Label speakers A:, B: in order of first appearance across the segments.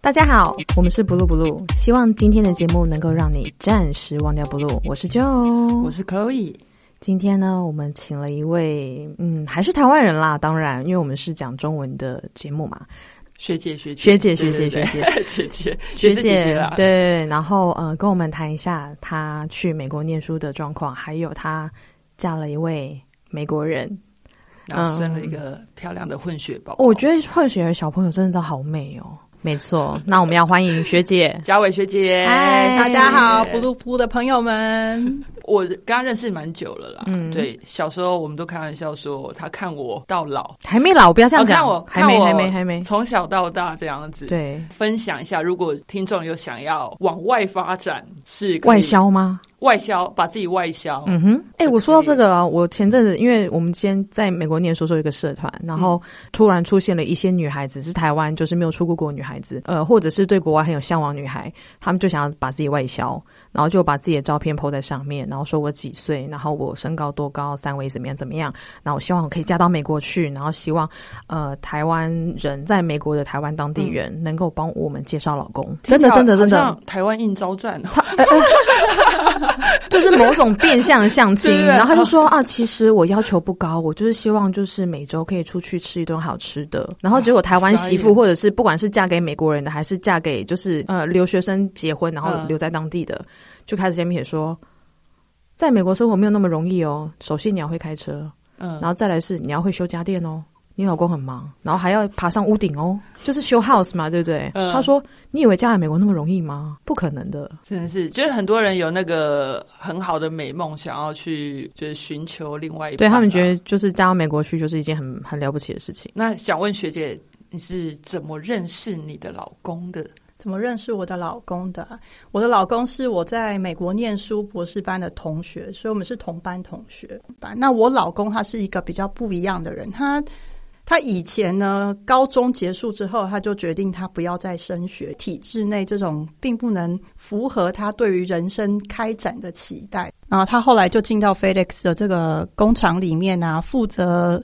A: 大家好，我们是 blue blue，希望今天的节目能够让你暂时忘掉 blue。我是 Joe，
B: 我是 Chloe。
A: 今天呢，我们请了一位，嗯，还是台湾人啦，当然，因为我们是讲中文的节目嘛。
B: 学姐，学
A: 学
B: 姐，
A: 姐学姐
B: 对
A: 学
B: 对对姐
A: 学
B: 姐，姐啦
A: 对，对，然后呃，跟我们谈一下她去美国念书的状况，还有她嫁了一位美国人。
B: 然后生了一个漂亮的混血宝宝。。
A: 嗯哦我觉得混血儿小朋友真的都好美哦。没错，那我们要欢迎学姐
B: 嘉伟学姐，
A: 嗨
C: 大家好，
B: 哎谢谢
C: 布鲁布鲁的朋友们，
B: 我跟她认识蛮久了啦。
A: 嗯
B: 对，小时候我们都开玩笑说，她看我到老，
A: 还没老，不要这样
B: 哦
A: 讲。
B: 看我，
A: 还没，
B: 看我
A: 还没，还没。
B: 从小到大这样子。，
A: 对，
B: 分享一下，如果听众有想要往外发展，是可以
A: 外，销吗？
B: 外销，把自己外销。
A: 嗯哼，哎、
B: 是
A: 我说到
B: 哦可以
A: 这个啊，我前阵子因为我们今天在美国念书的时候有一个社团，然后
B: 嗯
A: 突然出现了一些女孩子，是台湾就是没有出过国的女孩子，呃，或者是对国外很有向往的女孩，她们就想要把自己外销，然后就把自己的照片 PO 在上面，然后说我几岁，然后我身高多高，三围怎么样怎么样，然后我希望我可以嫁到美国去，然后希望呃台湾人在美国的台湾当地人能够帮我们介绍老公，真的真的真的
B: 好像，台湾应招战哦，
A: 他呃呃 就是某种变相相 亲，
B: 对对对
A: 然后他就说啊，其实我要求不高，我就是希望就是每周可以出去吃一顿好吃的。然后结果台湾媳
B: 傻
A: 妇，
B: 眼
A: 或者是不管是嫁给美国人的，还是嫁给就是呃留学生结婚，然后
B: 嗯
A: 留在当地的，就开始先撇说，在美国生活没有那么容易哦。首先你要会开车，
B: 嗯
A: 然，后再来是你要会修家电哦。你老公很忙，然后还要爬上屋顶哦，就是修 house 嘛，对不对？
B: 嗯
A: 他说：“你以为嫁来美国那么容易吗？不可能的。”
B: 真的是，就是很多人有那个很好的美梦，想要去就是寻求另外一半、
A: 对
B: 啊。
A: 他们觉得，就是嫁到美国去就是一件很很了不起的事情。
B: 那想问学姐，你是怎么认识你的老公的？
C: 怎么认识我的老公的啊？我的老公是我在美国念书博士班的同学，所以我们是同班同学。那我老公他是一个比较不一样的人，他他以前呢，高中结束之后，他就决定他不要再升学，体制内这种并不能符合他对于人生开展的期待。然后他后来就进到 FedEx 的这个工厂里面啊，负责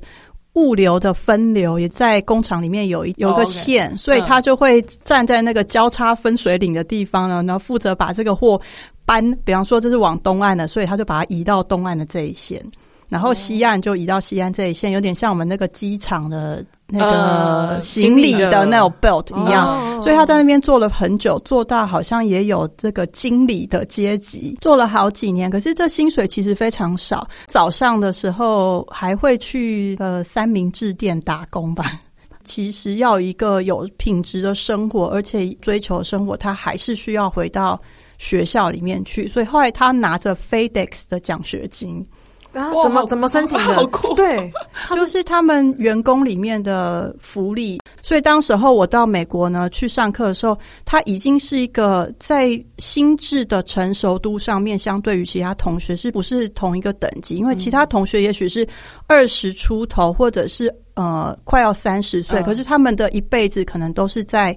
C: 物流的分流，也在工厂里面有一有一
B: 哦
C: 个
B: ，OK
C: 线所以
B: 嗯
C: 他就会站在那个交叉分水岭的地方呢，然后负责把这个货搬，比方说这是往东岸的，所以他就把它移到东岸的这一线。然后西岸就移到西岸这一线，有点像我们那个机场的那个
B: 呃
C: 行李的那种 belt 一样。
A: 哦
C: 所以他在那边做了很久，做到好像也有这个经理的阶级，做了好几年。可是这薪水其实非常少，早上的时候还会去呃三明治店打工吧。 其实要一个有品质的生活，而且追求生活，他还是需要回到学校里面去。所以后来他拿着 FedEx 的奖学金，
A: 啊
B: 哇
A: 怎么
B: 好
A: 怎么申请的
B: 好？酷
A: 对，他
C: 就是是他们员工里面的福利。所以当时候我到美国呢去上课的时候，他已经是一个在心智的成熟度上面，相对于其他同学是不是同一个等级？因为其他同学也许是二十出头，或者是呃快要三十岁，
B: 嗯
C: 可是他们的一辈子可能都是在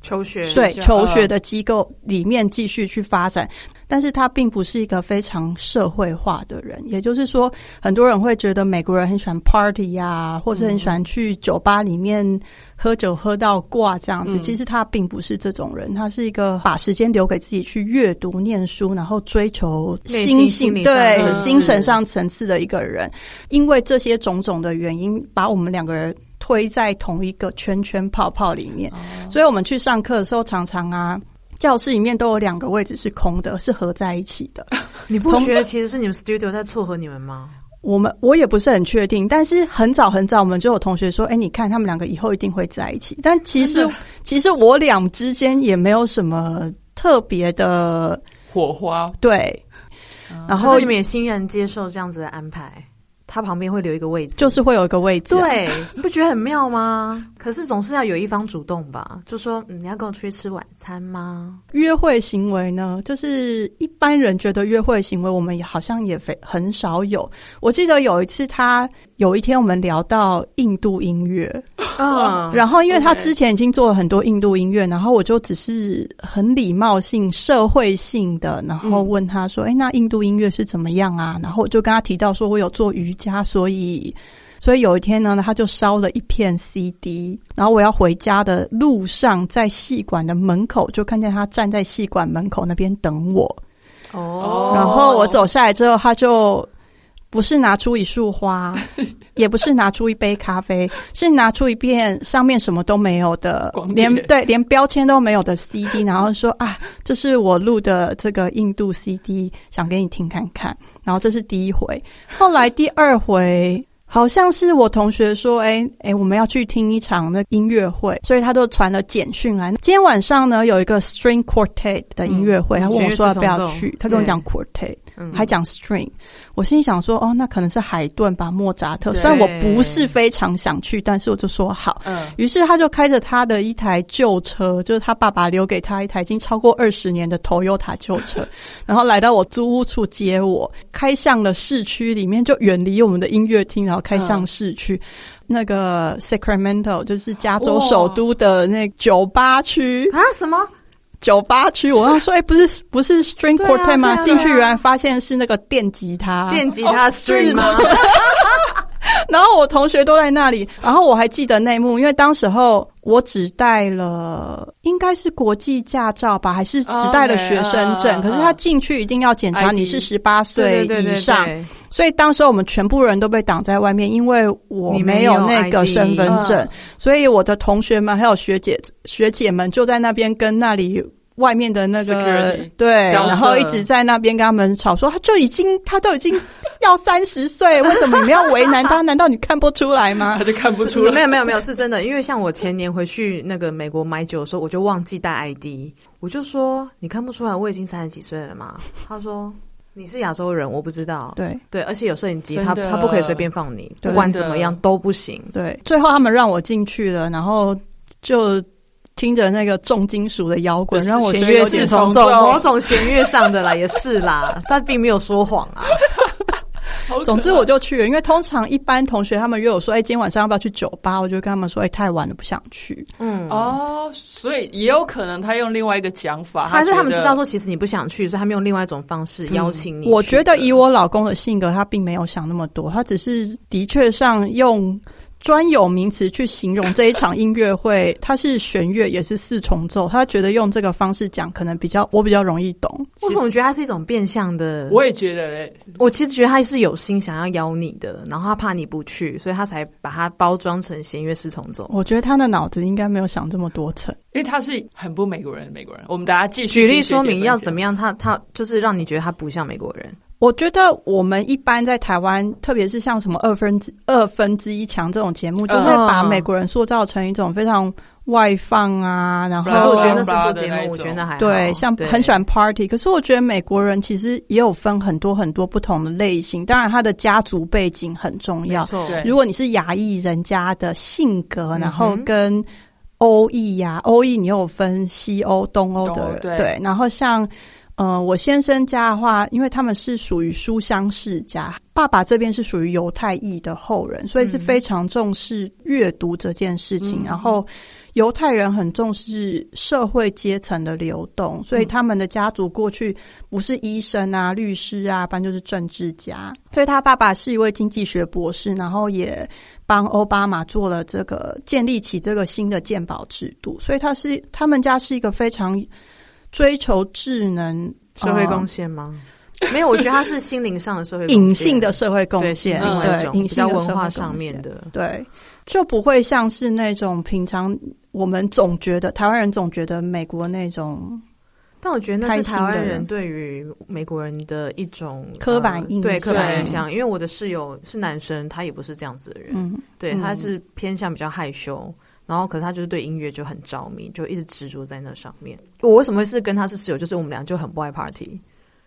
A: 求学
C: 对
B: 学校
C: 求学的机构里面继续去发展，但是他并不是一个非常社会化的人，也就是说，很多人会觉得美国人很喜欢 party 呀、或者很喜欢去酒吧里面喝酒喝到挂这样子。
B: 嗯
C: 其实他并不是这种人，他是一个把时间留给自己去阅读、念书，然后追求
A: 内
C: 心
A: 心心理上
C: 对
B: 层次
C: 精神上层次的一个人。因为这些种种的原因，把我们两个人推在同一个圈圈泡泡里面。
A: 哦
C: 所以我们去上课的时候，常常啊，教室里面都有两个位置是空的，是合在一起的。
A: 你不
C: 同
A: 觉得其实是你们 studio 在撮合你们吗？
C: 我们我也不是很确定，但是很早很早，我们就有同学说：“哎，你看他们两个以后一定会在一起。”但其实
B: 真的
C: 其实我俩之间也没有什么特别的
B: 火花，
C: 对，然
A: 然后
C: 后
A: 你们也欣然接受这样子的安排，他旁边会留一个位置，
C: 就是会有一个位置啊、
A: 对，你不觉得很妙吗？可是总是要有一方主动吧，就说、嗯、你要跟我出去吃晚餐吗？
C: 约会行为呢，就是一般人觉得约会行为，我们也好像也非很少有。我记得有一次他，有一天我们聊到印度音乐，
A: 嗯，
C: 然后因为他
B: OK
C: 之前已经做了很多印度音乐，然后我就只是很礼貌性、社会性的，然后问他说：“哎、那印度音乐是怎么样啊？”然后我就跟他提到说，我有做瑜伽，所以。所以有一天呢，他就烧了一片 CD，然后我要回家的路上，在戏馆的门口就看见他站在戏馆门口那边等我。
B: 哦
C: 然后我走下来之后，他就不是拿出一 束花，也不是拿出一杯咖啡，是拿出一片上面什么都没有的
B: 光，碟
C: 连对连标签都没有的 CD，然后说啊，这是我录的这个印度 CD，想给你听看看。然后这是第一回，后来第二回。好像是我同学说，哎、哎、我们要去听一场那音乐会，所以他就传了简讯来。今天晚上呢有一个 string quartet 的音乐会，
A: 嗯
C: 他问我说要不
A: 弦乐
C: 要
A: 四重奏
C: 去，他跟我
A: 对
C: 讲 quartet，
A: 嗯
C: 还讲 string，我心里想说，哦，那可能是海顿吧，莫扎特。
B: 对
C: 虽然我不是非常想去，但是我就说好。
B: 嗯，
C: 于是他就开着他的一台旧车，就是他爸爸留给他一台已经超过二十年的 Toyota 旧车，然后来到我租屋处接我，开向了市区里面，就远离我们的音乐厅，然后开向市区。那个 Sacramento 就是加州
B: 哇
C: 首都的那酒吧区，
A: 啊什么？
C: 酒吧区，我要说，哎、不是不是 string
A: 对啊
C: quartet 吗？
A: 对啊啊
C: 进、去
A: 对啊
C: 原来发现是那个电吉他，
A: 电吉他
B: 哦
A: string 吗？
C: 然后我同学都在那里，然后我还记得内幕，因为当时候我只带了应该是国际驾照吧，还是只
A: 哦
C: 带了学生
B: OK，嗯
C: 证
B: 嗯嗯
C: 可是他进去一定要检查
B: ID
C: 你是十八岁
A: 对对对
C: 以
A: 对
C: 上，
A: 对
C: 所以当时候我们全部人都被挡在外面，因为我
A: 你
C: 没
A: 没
C: 有
A: 有
C: 那个
A: ID
C: 身份证，
B: 嗯
C: 所以我的同学们还有学姐学姐们就在那边跟那里。外面的那个
B: Security
C: 对，
B: 交涉
C: 然后一直在那边跟他们吵说，他就已经他都已经要三十岁，为什么你们要为难他？难道你看不出来吗
B: 他？就看不出来。
A: 没有没有没有，是真的，因为像我前年回去那个美国买酒的时候，我就忘记带 ID，我就说你看不出来我已经三十几岁了 吗？他说你是亚洲人，我不知道。
C: 对
A: 对，而且有摄影机，
B: 真
A: 他
B: 的
A: 他不可以随便放你，
C: 对
A: 不管怎么样都不行。
C: 对，最后他们让我进去了，然后就听着那个重金属的摇滚，
B: 对
C: 让我觉
B: 弦
C: 得
B: 乐
C: 有
A: 乐
C: 点
A: 是
B: 四
A: 从
B: 重
A: 奏
B: 奏，
A: 某种弦乐上的啦，也是 啦，他并没有说谎啊。
B: 好可爱
C: 总之我就去了，因为通常一般同学他们约我说，哎、今天晚上要不要去酒吧？我就跟他们说，哎、太晚了，不想去。
A: 嗯，
B: 哦，所以也有可能他用另外一个讲法，
A: 还是他们
B: 觉
A: 知
B: 得
A: 道说其实你不想去，所以他们用另外一种方式邀请你去的。
C: 我觉得以我老公的性格，他并没有想那么多，他只是的确上用。专有名词去形容这一场音乐会，它是弦乐也是四重奏，他觉得用这个方式讲可能比较我比较容易懂。
A: 我总觉得它是一种变相的，
B: 我也觉得欸嘞，
A: 我其实觉得他是有心想要邀你的，然后他怕你不去，所以他才把它包装成弦乐四重奏。
C: 我觉得他的脑子应该没有想这么多层。
B: 因为他是很不美国人的美国人。我们大家继续
A: 举例说明要怎么样，
B: 样？
A: 他他就是让你觉得他不像美国人。
C: 我觉得我们一般在台湾，特别是像什么二分之二分之一强这种节目，就会把美国人塑造成一种非常外放啊，然
A: 可是我
C: 后
A: 觉得那
B: Blah, blah, blah
A: 是做节
B: 啊的那一
A: 目，我
B: 种
A: 觉得那还好
C: 对，像很喜。欢 party。可是我觉得美国人其实也有分很多很多不同的类型，当然他的家族背景很重
A: 没
C: 要。
A: 错，
B: 对
C: 如果你是亚裔人家的性
A: 嗯
C: 格，
A: 哼
C: 然后跟欧裔呀、欧裔你有分西欧、东欧的人，
B: 东欧对
C: 然后像呃，我先生家的话，因为他们是属于书香世家，爸爸这边是属于犹太裔的后人，所以
A: 嗯
C: 是非常重视阅读这件事情。
B: 嗯
C: 然后犹太人很重视社会阶层的流动，
A: 嗯
C: 所以他们的家族过去不是医生啊、律师啊，不然就是政治家。所以他爸爸是一位经济学博士，然后也帮奥巴马做了这个建立起这个新的健保制度。所以他是他们家是一个非常追求智能、
A: 社会
C: 呃
A: 贡献吗？没有，我觉得他是心灵上的社会贡献
C: 嗯隐性的社会贡
A: 对，是
C: 献，嗯
A: 另外一
C: 对
A: 种
C: 隐
A: 比
C: 性
A: 较
C: 的
A: 文
C: 社会
A: 化
C: 贡
A: 上面
C: 献
A: 的。
C: 对，就不会像是那种平常我们总觉得台湾人总觉得美国那种
A: 但我觉得那是
C: 开心
A: 台
C: 的
A: 湾
C: 人
A: 人对于美国人的一种
C: 刻板
A: 呃
C: 印
A: 对刻板
B: 象
A: 印象。因为我的室友是男生，他也不是这样子的人，
C: 嗯，
A: 对，
C: 嗯
A: 他是偏向比较害羞，然后可是他就是对音乐就很着迷，就一直执着在那上面。我为什么会是跟他是室友？就是我们俩就很不爱 party，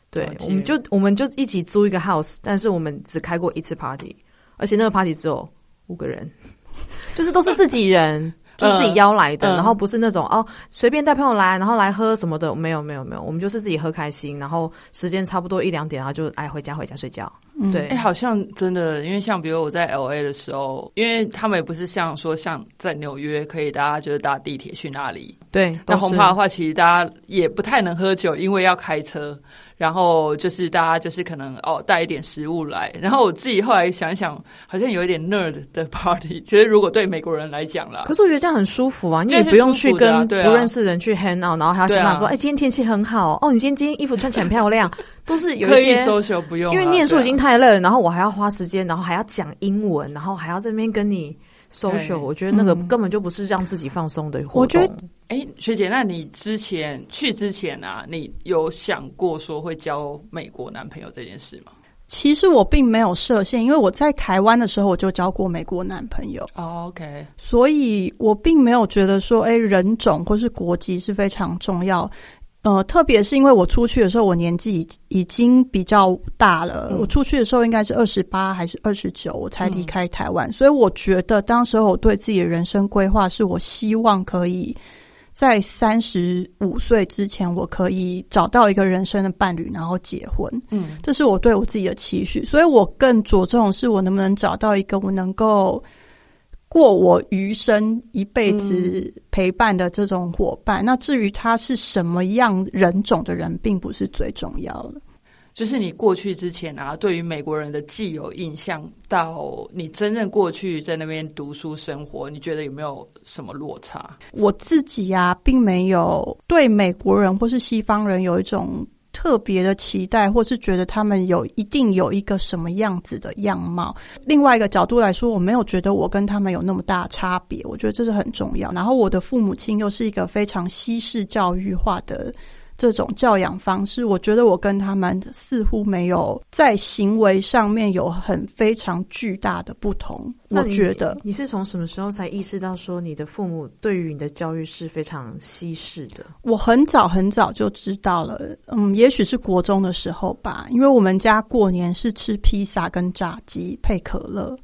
A: 对
B: 了，解
A: 我们就我们就一起租一个 house，但是我们只开过一次 party，而且那个 party 只有五个人， 就是都是自己 人。就是自己邀来的，
B: 嗯
A: 然后不是那种哦随便带朋友来，然后来喝什么的，没有没有没有，我们就是自己喝开心，然后时间差不多一两点，然后就哎回家回家睡觉。
C: 嗯
A: 对
B: 哎、，好像真的，因为像比如我在 L A 的时候，因为他们也不是像说像在纽约可以大家就是搭地铁去那里，
A: 对，
B: 那
A: 都
B: 红
A: 是
B: 趴的话，其实大家也不太能喝酒，因为要开车。然后就是大家就是可能哦带一点食物来，然后我自己后来想想，好像有一点 nerd 的 party，其实如果对美国人来讲啦，
A: 可是我觉得这样很舒服啊，你也
B: 这是
A: 不用去
B: 舒服的啊
A: 跟不
B: 对啊
A: 认识人去 hang out，然后还要想办法说，
B: 对啊
A: 哎，今天天气很好哦，你今天今天衣服穿起来很漂亮， 都是有
B: 刻
A: 一
B: 意
A: 些。
B: social 不用啊，
A: 因为念书
B: 对啊
A: 已经太累了，然后我还要花时间，然后还要讲英文，然后还要这边跟你 social，
B: 对
A: 我觉得那个
C: 嗯
A: 根本就不是让自己放松的活动。
C: 我觉得
B: 哎，学姐，那你之前去之前啊，你有想过说会交美国男朋友这件事吗？
C: 其实我并没有设限，因为我在台湾的时候我就交过美国男朋友，
B: 哦、o k
C: 所以我并没有觉得说，哎，人种或是国籍是非常重要。呃，特别是因为我出去的时候，我年纪已已经比较大了。
A: 嗯
C: 我出去的时候应该是二十八还是二十九，我才离开台湾。所以我觉得，当时候我对自己的人生规划是我希望可以在三十五岁之前，我可以找到一个人生的伴侣，然后结婚。
B: 嗯，
C: 这是我对我自己的期许，所以我更着重的是我能不能找到一个我能够过我余生一辈子陪伴的这种伙伴。那至于他是什么样人种的人，并不是最重要的。
B: 就是你过去之前啊，对于美国人的既有印象，到你真正过去在那边读书生活，你觉得有没有什么落差？
C: 我自己呀、并没有对美国人或是西方人有一种特别的期待，或是觉得他们有一定有一个什么样子的样貌。另外一个角度来说，我没有觉得我跟他们有那么大的差别，我觉得这是很重要。然后我的父母亲又是一个非常西式教育化的。这种教养方式，我觉得我跟他们似乎没有在行为上面有很非常巨大的不同。
A: 那
C: 我
A: 你
C: 觉得
A: 你是从什么时候才意识到说你的父母对于你的教育是非常稀释的？
C: 我很早很早就知道了，嗯，也许是国中的时候吧，因为我们家过年是吃披萨跟炸鸡配可乐，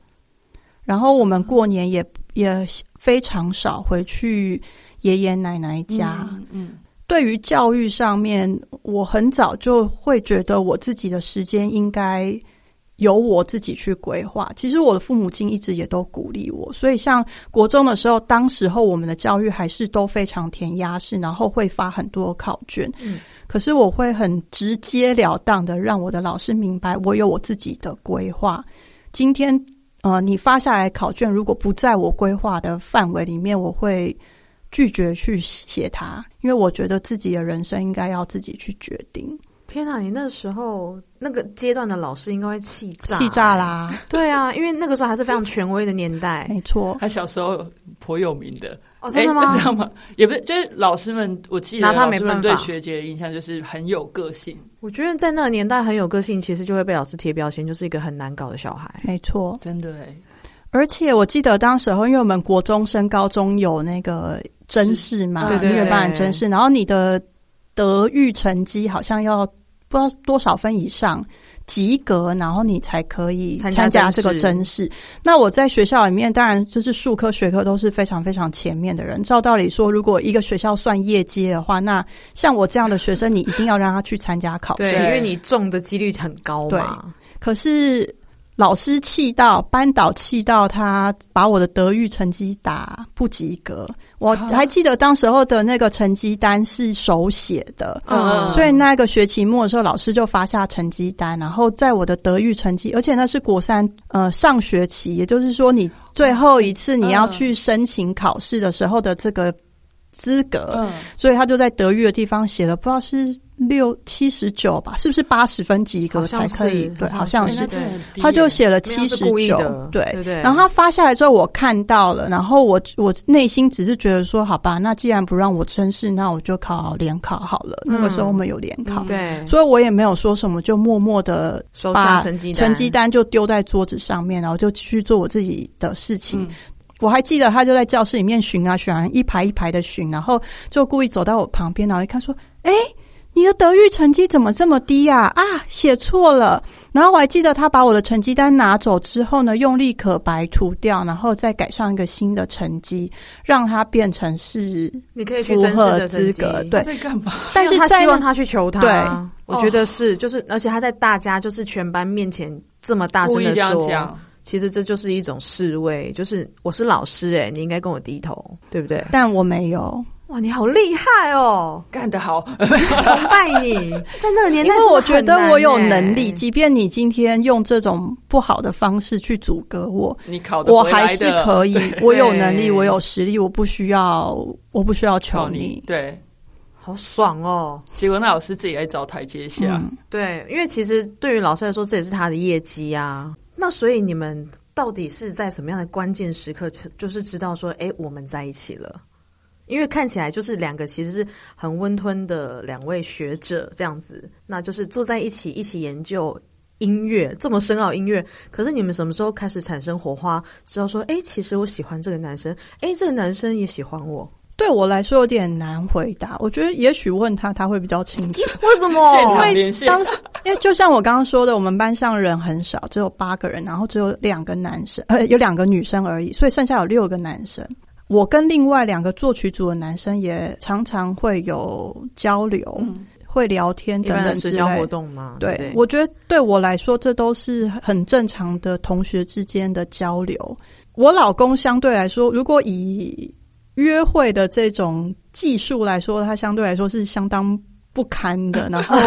C: 然后我们过年也也非常少回去爷爷奶奶家。
B: 嗯嗯，
C: 对于教育上面，我很早就会觉得我自己的时间应该由我自己去规划。其实我的父母亲一直也都鼓励我，所以像国中的时候，当时候我们的教育还是都非常填鸭式，然后会发很多考卷。
A: 嗯，
C: 可是我会很直截了当的让我的老师明白，我有我自己的规划。今天呃，你发下来考卷如果不在我规划的范围里面，我会拒绝去写它，因为我觉得自己的人生应该要自己去决定。
A: 天啊哪！你那时候那个阶段的老师应该会气炸，
C: 气炸！啦，
A: 对啊，因为那个时候还是非常权威的年代。
C: 没错。
B: 他小时候颇有名的，
A: 哦，真的
B: 诶
A: 吗
B: 知？道吗？也不是，就是老师们，我记得
A: 拿他
B: 老
A: 没
B: 师们
A: 办法
B: 对学姐的印象就是很有个性。
A: 我觉得在那个年代很有个性，其实就会被老师贴标签，就是一个很难搞的小孩。
C: 没错，
B: 真的哎，
C: 而且我记得当时候，因为我们国中升高中有那个甄试嘛，
A: 对对
C: 音乐班的
A: 对
C: 甄试，然后你的德育成绩好像要不知道多少分以上及格，然后你才可以
A: 参加
C: 参加这个
A: 甄试
C: 甄试。那我在学校里面，当然就是数科、学科都是非常非常前面的人。照道理说，如果一个学校算业绩的话，那像我这样的学生，你一定要让他去参加考试
A: 对，。因为你中的几率很高嘛。
C: 可是老师气到，班导气到，他把我的德育成绩打不及格。我
B: 啊
C: 还记得当时候的那个成绩单是手写的。
B: 嗯
C: 所以那个学期末的时候，老师就发下成绩单，然后在我的德育成绩，而且那是国三呃上学期，也就是说你最后一次你要
B: 嗯
C: 去申请考试的时候的这个资格，
B: 嗯，
C: 所以他就在德育的地方写了，不知道是六七十九吧，是不是八十分及格
A: 好
C: 才
A: 像
C: 可以
A: 是？
C: 对，
A: 好
C: 好
A: 像
C: 像
A: 是
C: 是
B: 诶那。真的很低耶
C: 他就写了
A: 没有
C: 七
A: 是
C: 十
A: 故意
C: 九
A: 的，
C: 对
A: 对不对
C: 然后他发下来之后，我看到了，然后我我内心只是觉得说，好吧，那既然不让我真试，那我就考联考好了。那个时
A: 嗯
C: 候我们有联考，
A: 对，
C: 所以我也没有说什么，就默默的
A: 收
C: 把
A: 下成绩单，
C: 成绩单就丢在桌子上面，然后就继续做我自己的事情。我还记得他就在教室里面巡啊巡啊，一排一排的巡，然后就故意走到我旁边，然后一看说：“哎、你的德育成绩怎么这么低呀、啊？啊，写错了。”然后我还记得他把我的成绩单拿走之后呢，用立可白涂掉，然后再改上一个新的成绩，让它变成是
A: 你可以去
C: 符
A: 真实
C: 合
A: 的成
C: 资
A: 绩
C: 格。，
B: 他
C: 对，
B: 在干嘛？
C: 但是
A: 他
C: 在
A: 希望
C: 那
A: 他去求他。
C: 对，
A: 我觉得是，就是而且他在大家就是全班面前这么大
B: 故
A: 声
B: 意
A: 的
B: 这样
A: 说，
B: 讲，
A: 其实这就是一欸种示威，就是我是老师哎、你应该跟我低头，对不对？
C: 但我没有。
A: 哇，你好厉害哦，
B: 干得好，呃
A: 崇拜你！在那个年
C: 因
A: 代，
C: 为我觉得我
A: 欸
C: 有能力，即便你今天用这种不好的方式去阻隔我，
B: 你考得
C: 我
B: 回来
C: 还是
B: 的
C: 可 以，我有能力，
A: 对
C: 我有实力，我不需要，我不需要求
B: 靠
C: 你。
B: 对，
A: 好爽哦。
B: 结果那老师自己来找台阶下，
C: 嗯，
A: 对，因为其实对于老师来说，这也是他的业绩啊。那所以你们到底是在什么样的关键时刻，就是知道说，哎，我们在一起了？因为看起来就是两个其实是很温吞的两位学者这样子，那就是坐在一起一起研究音乐这么深奥音乐。可是你们什么时候开始产生火花，知道说，哎，其实我喜欢这个男生，哎，这个男生也喜欢我，
C: 对我来说有点难回答。我觉得也许问他，他会比较清楚。
A: 为什么？
B: 现
C: 因
B: 场
C: 为
B: 连线，
C: 当时，因为就像我刚刚说的，我们班上人很少，只有八个人，然后只有两个男生，呃，有两个女生而已，所以剩下有六个男生。我跟另外两个作曲组的男生也常常会有交流，
B: 嗯
C: 会聊天
A: 一
C: 等
A: 般
C: 等
A: 的
C: 之
A: 社
C: 类
A: 交
C: 的。
A: 活动嘛，对
C: 对，
A: 不对，
C: 我觉得对我来说，这都是很正常的同学之间的交流。我老公相对来说，如果以约会的这种技术来说，他相对来说是相当不堪 的，然后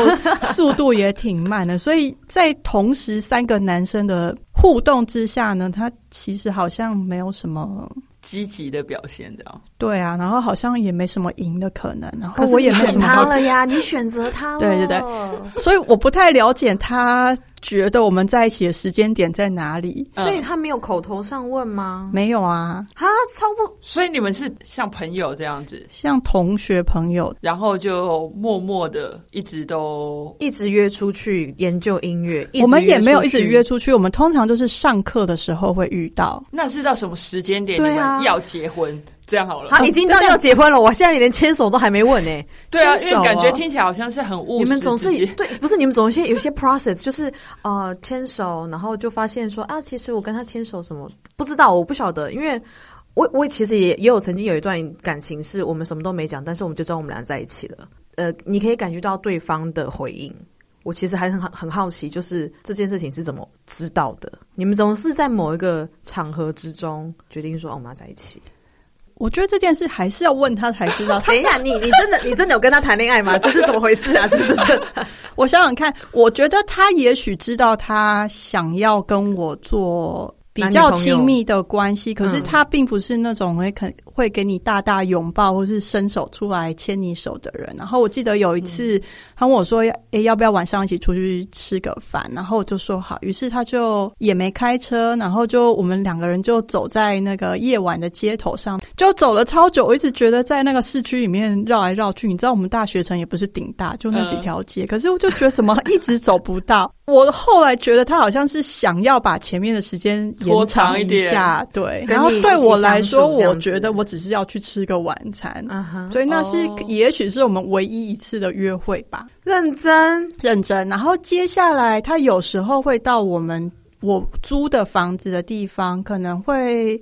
C: 速度也挺慢的。所以在同时三个男生的互动之下呢，他其实好像没有什么。
B: 积极的表现这样，
C: 对啊，然后好像也没什么赢的可能，然后
A: 可是
C: 我也
A: 你
C: 没
A: 选
C: 什么
A: 他
C: 好
A: 了呀，你选择他了，嗯
C: 对对对所以我不太了解他觉得我们在一起的时间点在哪里。
A: 所以
B: 嗯
A: 他没有口头上问吗？
C: 没有啊，
A: 啊，超不
B: 所以你们是像朋友这样子，
C: 像同学朋友，
B: 然后就默默的一直都
A: 一直约出去研究音乐，
C: 我们也没有一直约
A: 出
C: 出去，我们通常就是上课的时候会遇到。
B: 那是到什么时间点你
A: 对
B: 们
A: 啊
B: 要结婚？这样好了
A: 去，，他已经到要结婚了，我现在连牵手都还没问呢、
B: 对啊，因
C: 分手
B: 为感觉
C: 啊
B: 听起来好像是很务实。
A: 你们总是
B: 直接
A: 对，不是你们总是有一些 process，就是呃牵手，然后就发现说啊，其实我跟他牵手什么不知道，我不晓得，因为我我其实也也有曾经有一段感情是我们什么都没讲，但是我们就知道我们俩在一起了。呃，你可以感觉到对方的回应。我其实还很好很好奇，就是这件事情是怎么知道的？你们总是在某一个场合之中决定说，哦，我们要在一起。
C: 我觉得这件事还是要问他才知 道。
A: 等一下，你你真的你真的有跟他谈恋爱吗？这是怎么回事啊？这是这
C: 我想想看，我觉得他也许知道他想要跟我做。比较亲密的关系，可
A: 男女朋
C: 是
A: 友
C: 他并不是那种会肯会给你大大拥抱或是伸手出来牵你手的人。然后我记得有一次，他问我说：“诶，要不要晚上一起出去吃个饭？”然后我就说好。于是他就也没开车，然后就我们两个人就走在那个夜晚的街头上，就走了超久。我一直觉得在那个市区里面绕来绕去，你知道我们大学城也不是顶大，就那
A: 嗯
C: 几条街，可是我就觉得怎么一直走不到。我后来觉得他好像是想要把前面的时间
B: 拖
C: 延
B: 长
C: 长
B: 一
C: 一
B: 点
C: 下，对。
A: 跟
C: 然后
A: 你一
C: 对
A: 起
C: 我来
A: 相
C: 说，
A: 处这样
C: 我
A: 子
C: 觉得我只是要去吃个晚餐。
A: 嗯哼，
C: 所以那是
B: 哦
C: 也许是我们唯一一次的约会吧。
A: 认真
C: 认真。然后接下来，他有时候会到我们我租的房子的地方，可能会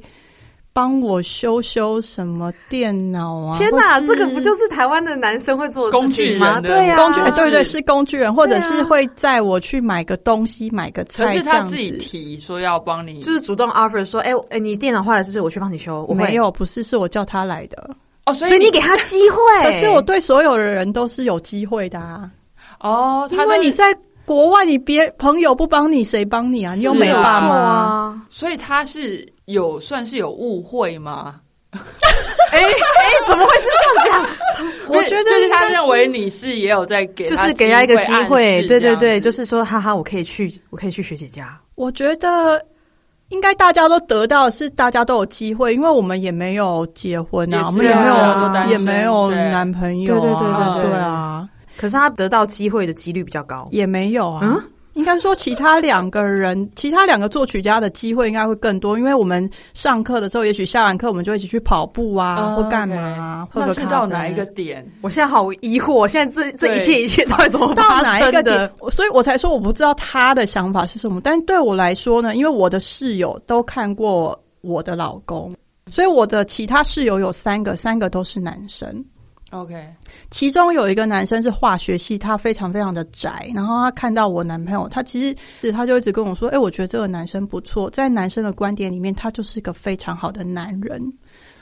C: 帮我修修什么电脑啊。
A: 天哪，
C: 或
A: 这个不就是台湾的男生会做的事情吗？
B: 工具人的
A: 对呀、
C: 工具？哎、
B: 啊
C: 对对，是工具人，或者
A: 对
C: 是
A: 啊
C: 会载我去买个东西，买个
B: 可
C: 菜
B: 是
C: 这
B: 他
C: 样
B: 自
C: 子。
B: 己提说要帮你，
A: 就是主动 offer 说，哎、哎、你电脑坏了，是不是我去帮你修？我会
C: 没，有，不是，是我叫他来的。
B: 哦，所
A: 所以你给他机 会。
C: 可是我对所有的人都是有机会的啊，
B: 哦，
C: 因
B: 他
C: 为
B: 都
C: 你在国外，你别朋友不帮你，谁帮你啊？你又
B: 是
C: 没
A: 没有错
C: 有爸妈。
A: 啊，
B: 所以他是有算是有误会吗？
A: 哎哎，怎么会是这样讲？
C: 我觉得
B: 就是
C: 应该
B: 他
C: 是
B: 认为你是也有在给，
A: 就是给他一个机
B: 暗
A: 会，
B: 示
A: 对对
B: 这
A: 对，
B: 样子
A: 就是说，哈哈，我可以去，我可以去学姐家。
C: 我觉得应该大家都得到的是大家都有机会，因为我们也没有结婚啊，我
B: 也是
C: 们也
B: 啊
C: 没有、
A: 都单身
C: 也没有男朋友、啊，
A: 对对对
B: 对对
C: 对啊，
A: 可是他得到机会的几率比较高。
C: 也没有啊。
A: 嗯
C: 应该说，其他两个人，其他两个作曲家的机会应该会更多，因为我们上课的时候，也许下完课我们就一起去跑步啊，
B: 嗯
C: 或干嘛啊，
B: OK
C: 喝
B: 那
C: 个
B: 是
C: 咖
B: 到
C: 啡
B: 哪一个点？
A: 我现在好疑惑，现在这这
B: 对
A: 一切一切到底怎么
C: 到
A: 发
C: 哪一
A: 生
C: 个
A: 的
C: 点？，所以我才说我不知道他的想法是什么。但对我来说呢，因为我的室友都看过我的老公，所以我的其他室友有三个，三个都是男生。
B: OK，
C: 其中有一个男生是化学系，他非常非常的宅，然后他看到我男朋友，他其实是他就一直跟我说：“哎、我觉得这个男生不错，在男生的观点里面，他就是一个非常好的男人。”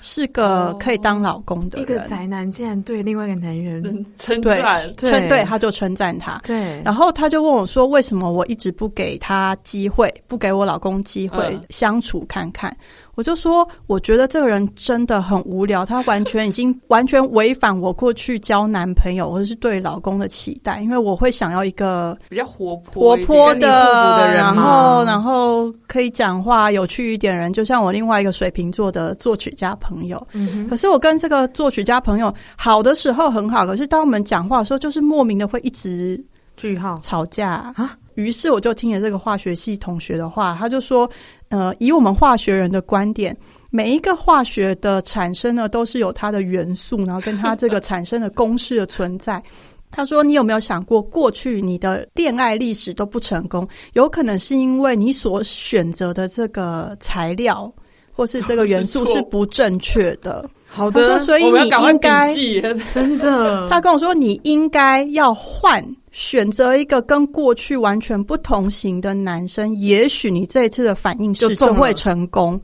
C: 是个可以当老公的
A: 一
C: 人，
A: 个宅男竟然对另外一个男人，
B: 称
C: 对
B: 赞，
A: 对
C: 称对他就称赞他，
A: 嗯对，
C: 然后他就问我说：“为什么我一直不给他机会，不给我老公机会
B: 嗯
C: 相处看看？”我就说：“我觉得这个人真的很无聊，他完全已经完全违反我过去交男朋友或者是对老公的期待，因为我会想要一个
B: 比较活泼
C: 活
B: 一点，
C: 泼
A: 跟你互补的人
C: 然
A: 嘛
C: 后然后可以讲话、有趣一点的人，就像我另外一个水瓶座的作曲家朋友。”
A: 嗯
C: 可是我跟这个作曲家朋友好的时候很好，可是当我们讲话的时候，就是莫名的会一直
A: 句号
C: 吵架
A: 啊。
C: 于是我就听了这个化学系同学的话，他就说，呃，以我们化学人的观点，每一个化学的产生呢，都是有它的元素，然后跟它这个产生的公式的存在。 他说：“你有没有想过，过去你的恋爱历史都不成功，有可能是因为你所选择的这个材料或是这个元素
B: 都是错
C: 是不正确的。
A: 好
C: 他说，所以
B: 我们
C: 你
B: 要赶快
C: 应该
B: 笔记。
A: 真的，
C: 他跟我说：“你应该要换，选择一个跟过去完全不同型的男生，也许你这一次的反应
A: 就是中了
C: 就会成功。”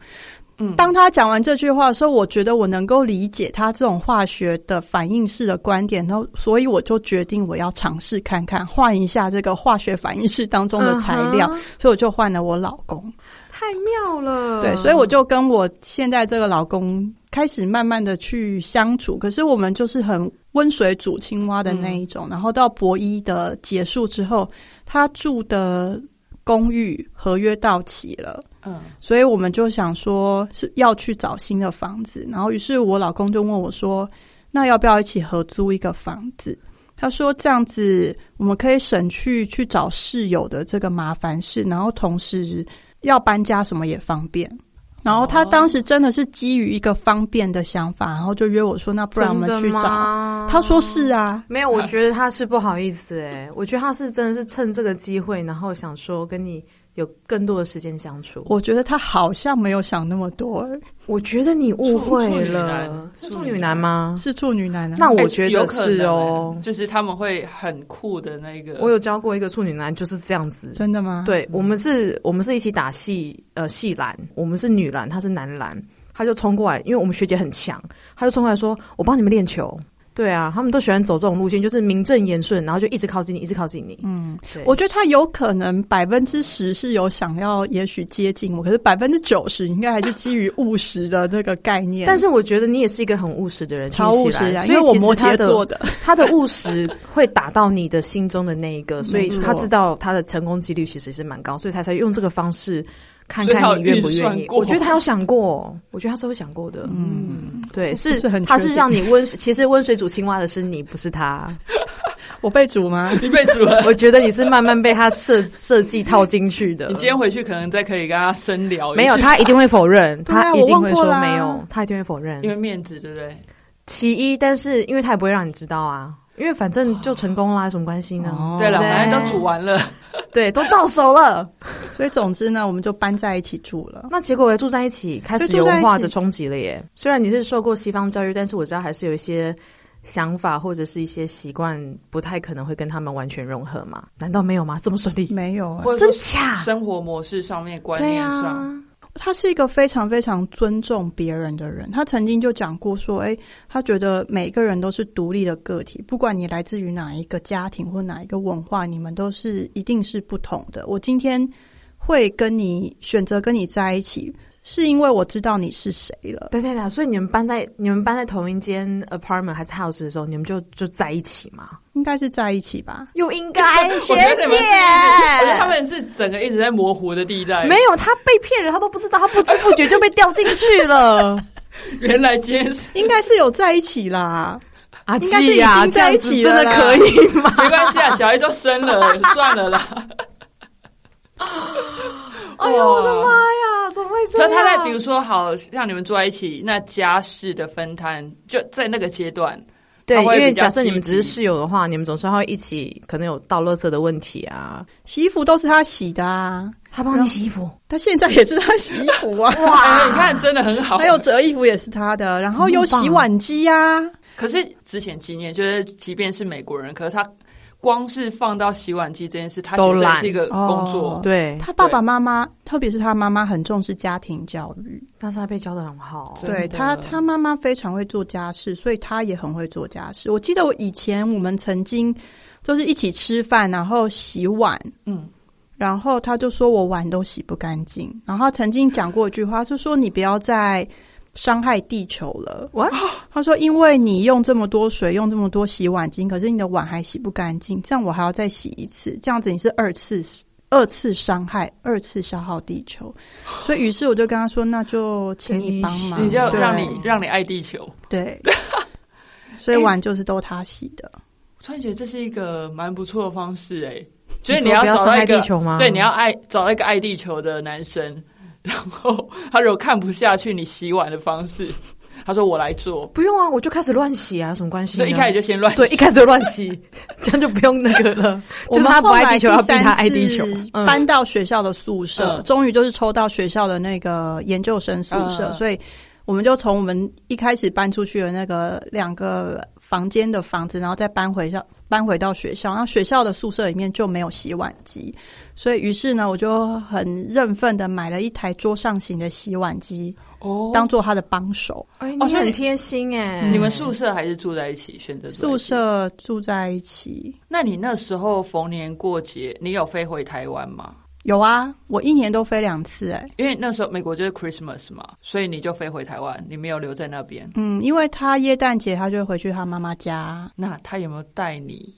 B: 嗯，
C: 当他讲完这句话的时候，我觉得我能够理解他这种化学的反应式的观点，然后所以我就决定我要尝试看看，换一下这个化学反应式当中的材料，
A: 嗯哼
C: 所以我就换了我老公。
A: 太妙了，
C: 对，所以我就跟我现在这个老公开始慢慢的去相处，可是我们就是很温水煮青蛙的那一种。然后到博一的结束之后，他住的公寓合约到期了。
B: 嗯，
C: 所以我们就想说是要去找新的房子，然后于是我老公就问我说：“那要不要一起合租一个房子？”他说：“这样子我们可以省去去找室友的这个麻烦事，然后同时要搬家什么也方便。”然后他当时真的是基于一个方便的想法，然后就约我说：“那不然我们去找。”他说：“是啊。”
A: 没有，我觉得他是不好意思哎、我觉得他是真的是趁这个机会，然后想说跟你有更多的时间相处。
C: 我觉得他好像没有想那么多，
A: 我觉得你误会
B: 处女
A: 了
B: 男，
A: 是处女男吗？
C: 是处女男啊。
A: 那我
B: 哎
A: 觉
B: 有
A: 得
B: 可
A: 是
B: 能
A: 哦
B: 哎。就是他们会很酷的那个，
A: 我有教过一个处女男，就是这样子。
C: 真的吗？
A: 对我们是，我们是一起打戏，呃，戏篮，我们是女篮，他是男篮，他就冲过来，因为我们学姐很强，他就冲过来说：“我帮你们练球。”对啊，他们都喜欢走这种路线，就是名正言顺，然后就一直靠近你，一直靠近你。嗯，对，
C: 我觉得他有可能百分之十是有想要，也许接近我，可是百分之九十应该还是基于务实的这个概念。
A: 但是我觉得你也是一个很务实的人，
C: 超
A: 听
C: 务
A: 起
C: 实
A: 来
C: 啊，因
A: 所以
C: 为我
A: 其实
C: 摩
A: 他
C: 羯
A: 的
C: 座的，
A: 他的务实会打到你的心中的那一个，所以
C: 没错
A: 他知道他的成功几率其实是蛮高，所以才才用这个方式看
B: 所以他
A: 看
B: 有
A: 你愿不
B: 预算
A: 愿意。
B: 过
A: 我觉得他有想过，我觉得他是会想过的。嗯，
C: 嗯，
A: 对，
C: 不
A: 是
C: 是很确定
A: 他是让你温，其实温水煮青蛙的是你，不是他。
C: 我被煮吗？
B: 你被煮 了。
A: 我觉得你是慢慢被他设设计套进去的
B: 你。今天回去可能再可以跟他深聊一下，
A: 没有，他一定会否认，
C: 对啊
A: 他一定
C: 我
A: 会
C: 问过
A: 说
C: 啦
A: 没有，他一定会否认
B: 因。为面子，对不对？
A: 其一，但是因为他也不会让你知道啊，因为反正就成功啦，有什么关系呢？
C: 哦
B: 对了，
A: 对
B: 反正都煮完了，
A: 对，都到手了。
C: 所以总之呢，我们就搬在一起住了。
A: 那结果住在一起，开始有文化的冲击了耶。虽然你是受过西方教育，但是我知道还是有一些想法或者是一些习惯，不太可能会跟他们完全融合嘛？难道没有吗？这么顺利，
C: 没有、欸，
B: 或者
A: 真
B: 说
A: 假？
B: 生活模式上面、观
A: 对啊
B: 念
A: 呀、
B: 上，
C: 他是一个非常非常尊重别人的人。他曾经就讲过说，诶，他觉得每个人都是独立的个体，不管你来自于哪一个家庭或哪一个文化，你们都是一定是不同的。我今天会跟你选择跟你在一起，是因为我知道你是谁了。
A: 对对对，所以你们搬在你们搬在同一间 apartment 还是 house 的时候，你们就就在一起嘛？
C: 应该是在一起吧？
A: 又应该学
B: 我觉得
A: 啊姐
B: 你们是，我觉得他们是整个一直在模糊的地带。
A: 没有他被骗了，他都不知道，他不知不觉就被掉进去了。
B: 原来今天是
C: 应该是有在一起啦。
A: 啊，
C: 应该是已
A: 季啊
C: 经在一起
A: 这样子真的
C: 了啦
A: 可以吗？
B: 没关系啊，小孩都生 了，算了啦。
A: 哎呦我的妈呀，怎么会这
B: 那
A: 样？
B: 他在比如说，好让你们住在一起，那家事的分摊就在那个阶段，
A: 对，
B: 他
A: 因
B: 会
A: 为
B: 比较
A: 假设你们
B: 积
A: 只
B: 极
A: 是室友的话，你们总是会一起，可能有倒垃圾的问题啊。
C: 洗衣服都是他洗的啊，
A: 他帮
C: 你
A: 洗衣服，
C: 他现在也是他洗衣服啊，
B: 哎 你看真的很好。
C: 还有折衣服也是他的，然后
A: 这么
C: 有
A: 棒
C: 洗碗机啊。
B: 可是之前经验就是，即便是美国人，可是他光是放到洗碗机这件事，他
A: 都
B: 觉得
A: 懒
B: 是一个工
C: 哦
B: 作。
A: 对，
C: 他爸爸妈妈，特别是他妈妈，很重视家庭教育。
A: 但是他被教的很好，
B: 真
C: 对
B: 的
C: 他，他妈妈非常会做家事，所以他也很会做家事。我记得我以前我们曾经就是一起吃饭，然后洗碗，
B: 嗯，
C: 然后他就说我碗都洗不干净。然后他曾经讲过一句话，就说你不要再伤害地球了。
B: 哦
A: What？
C: 他说因为你用这么多水，用这么多洗碗巾，可是你的碗还洗不干净，这样我还要再洗一次，这样子你是二次二次伤害，二次消耗地球。所以于是我就跟他说，那就请
A: 请
C: 你
A: 你
C: 帮
A: 洗
C: 忙，
B: 你就
C: 对
B: 让你让你爱地球。
C: 对， 所以碗就是都他洗的。
B: 我突然觉得这是一个蛮不错的方式哎、所
A: 你说不
B: 以你
A: 要
B: 找
A: 伤
B: 到一
A: 害
B: 个
A: 地球吗
B: 对，你要爱找到一个爱地球的男生， 然后他如果看不下去你洗碗的方式，他说我来做，
A: 不用啊，我就开始乱洗啊，有什么关系呢？
B: 所以一开始就先乱
A: 对，一开始就乱洗， 这样就不用那个 了。就是他不爱地球，要逼他爱地球
C: 我们后来第三次。
A: 嗯
C: 搬到学校的宿舍，
B: 嗯
C: 终于就是抽到学校的那个研究生宿舍，
B: 嗯
C: 所以我们就从我们一开始搬出去的那个两个房间的房子，然后再搬回校，搬回到学校。然后学校的宿舍里面就没有洗碗机，所以于是呢，我就很认份的买了一台桌上型的洗碗机，
B: 哦嗯
C: 当做他的帮手。
A: 哎，
B: 哦
A: 你
B: 所以
A: 很贴心哎，
B: 你们宿舍还是住在一起？选择住在一
C: 宿
B: 起？
C: 舍住在一起，
B: 那你那时候逢年过节，你有飞回台湾吗？
C: 有啊，我一年都飞两次、哎。
B: 因为那时候美国就是 Christmas 嘛，所以你就飞回台湾，你没有留在那边。
C: 嗯，因为他耶诞节他就会回去他妈妈家，
B: 那他有没有带你？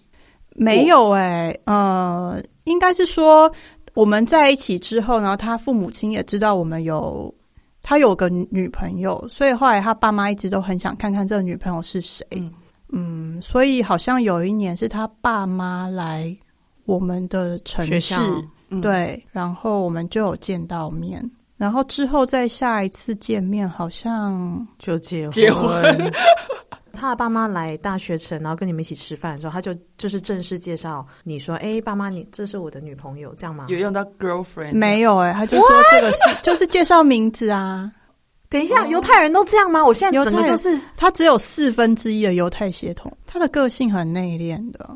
C: 没有哎、呃，应该是说我们在一起之后，然后他父母亲也知道我们有他有个女朋友，所以后来他爸妈一直都很想看看这个女朋友是谁。
B: 嗯
C: 嗯，所以好像有一年是他爸妈来我们的城
A: 学
C: 市
A: 校，
B: 嗯，
C: 对，然后我们就有见到面，然后之后再下一次见面好像
A: 就结婚
B: 结 婚。
A: 他的爸妈来大学城，然后跟你们一起吃饭的时候，他就就是正式介绍你说：“哎，爸妈，你这是我的女朋友，这样吗
B: 有用到 girlfriend
C: 没有哎、他就说这个是就是介绍名字啊，？”
A: 等一
B: 哦
A: 下，犹太人都这样吗？我现在
C: 犹太
A: 整个就是，
C: 他只有四分之一的犹太血统，他的个性很内敛的。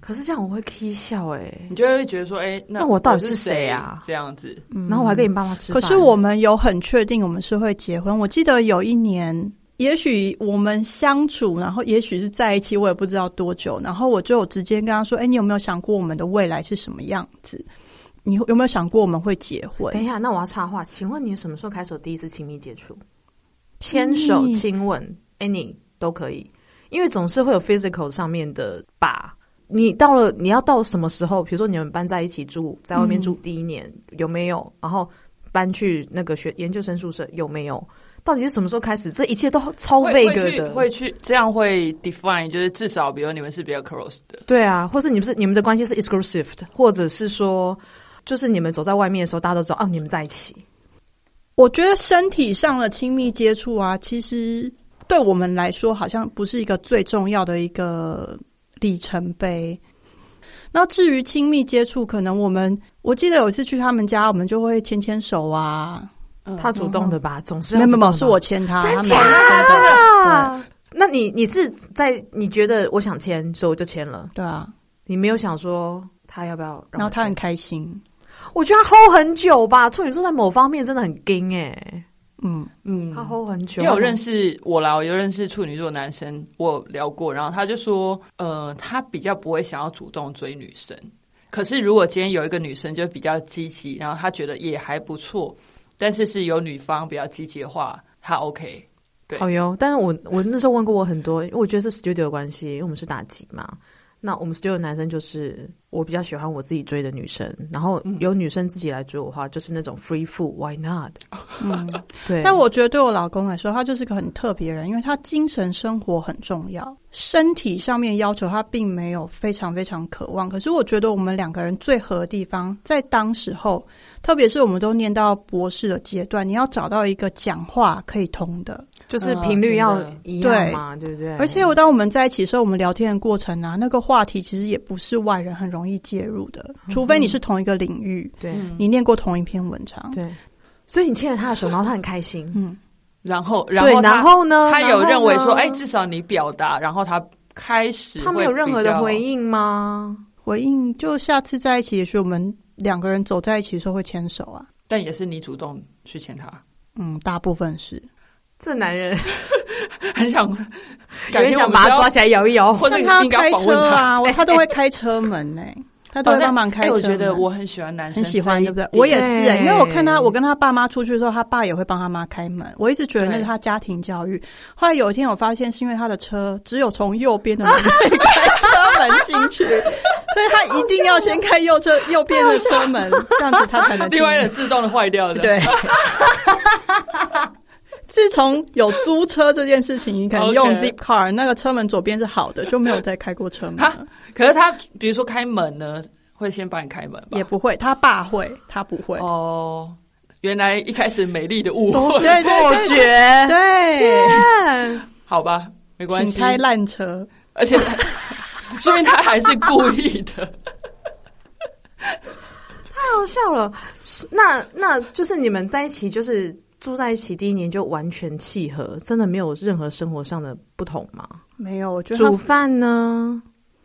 A: 可是这样我会 k 笑哎。
B: 你就会觉得说，哎、
A: 那我
B: 我
A: 到底
B: 是
A: 是谁啊
B: 这样子，
C: 嗯
A: 然后我还跟你爸妈吃
C: 可
A: 饭，
C: 是我们有很确定我们是会结婚。我记得有一年，也许我们相处，然后也许是在一起，我也不知道多久。然后我就有直接跟他说：“哎、你有没有想过我们的未来是什么样子？你有没有想过我们会结婚？”
A: 等一下，那我要插话，请问你什么时候开始有第一次亲密接触？牵手、
C: 亲密
A: 亲吻，any 都可以，因为总是会有 physical 上面的吧。你到了，你要到什么时候？比如说你们搬在一起住，在外面
C: 嗯
A: 住第一年、有没有？然后搬去那个学研究生宿舍有没有？到底是什么时候开始？这一切都超
B: 会
A: vague
B: 去
A: 的，
B: 会去这样会 define，就是至少比如你们是比较 close 的，
A: 对啊，或是你们是你们的关系是 exclusive 的，或者是说，就是你们走在外面的时候，大家都知道哦，你们在一起。
C: 我觉得身体上的亲密接触啊，其实对我们来说好像不是一个最重要的一个里程碑。那至于亲密接触，可能我们我记得有一次去他们家，我们就会牵牵手啊，
B: 嗯
A: 他主动的吧，总是
C: 没
A: 要
C: 有没有
A: 主动
C: 没有，是
A: 吧
C: 我牵他，
A: 真
C: 他没
A: 假
C: 有对
A: 啊，那你你是在你觉得我想签，所以我就签了，
C: 对啊，
A: 你没有想说他要不要
C: 然
A: 让
C: 后
A: 我签？
C: 他很开心，
A: 我觉得他 hold 很久吧，处女座在某方面真的很硬哎、
C: 嗯，
B: 嗯
A: 他 hold 很久。
B: 因为我认识我啦，我有认识处女座男生，我有聊过，然后他就说，呃，他比较不会想要主动追女生，可是如果今天有一个女生就比较积极，然后他觉得也还不错，但是是有女方比较积极的话，他 OK，对
A: 哦哟，但是我我那时候问过我很多，因为我觉得是 studio 的关系，因为我们是打击嘛。那我们 studio 的男生就是我比较喜欢我自己追的女生，然后有女生自己来追我的话，就是那种 free food，why not？
C: 嗯，
A: 对，
C: 但我觉得对我老公来说，他就是个很特别人，因为他精神生活很重要，身体上面要求他并没有非常非常渴望。可是我觉得我们两个人最合的地方，在当时候，特别是我们都念到博士的阶段，你要找到一个讲话可以通的。
A: 就是频率要
B: 嗯
A: 一
C: 对
A: 样嘛，对不对？
C: 而且我当我们在一起的时候，我们聊天的过程啊，那个话题其实也不是外人很容易介入
A: 嗯
C: 的，除非你是同一个领域，
A: 对、
B: 嗯
C: 你念过同一篇文章。
A: 对，所以你牵了他的手，然后他很开心。
C: 嗯，
B: 然后然
A: 对，
B: 后他
A: 然后呢？
B: 他
A: 然
B: 有
A: 后
B: 认为说，哎
A: 呢
B: 哎、至少你表达，然后他开始
A: 他没有
B: 会
A: 任何
B: 比
A: 的
B: 较
A: 回应吗？
C: 回应就下次在一起，也许我们两个人走在一起的时候会牵手啊。
B: 但也是你主动去牵他，
C: 嗯，大部分是。
A: 这男人
B: 很想，
A: 有
B: 感
A: 人
B: 觉
A: 想把他抓
B: 起
A: 起来摇一摇。
B: 或者
C: 但他
B: 哦应该
C: 开
B: 访
C: 车
B: 问他。
C: 啊，我他都会开车门呢、欸 他都会帮忙开
B: 哎
C: 车
B: 我
C: 门。
B: 觉得我很喜欢男生，
C: 很喜欢，对不对？我也是、欸，因为我看他，我跟他爸妈出去的时候，他爸也会帮他妈开门。我一直觉得那是他家庭教育。后来有一天我发现，是因为他的车只有从右边的门可以开车门进去，所以他一定要先开右车右边的车门，这样子他才能进
B: 另外的自动的坏掉 的，
C: 对。自从有租车这件事情，你可能
B: OK
C: 用 Zip Car 那个车门左边是好的，就没有再开过车门
B: 哈
C: 了，
B: 可是他比如说开门呢，会先帮你开门吧
C: 也？不会。他爸会，他不会。
B: 哦，原来一开始美丽的误
C: 都
B: 会，
C: 是对对对
A: 错
B: 哦
A: 觉，
C: 对，
B: 好吧，没关
C: 请
B: 系，
C: 开烂车。
B: 而且 他说明他还是故意的。
A: 太好笑了。是那那就是你们在一起，就是住在一起第一年就完全契合，真的没有任何生活上的不同吗？
C: 没有，我觉得他
A: 煮饭呢？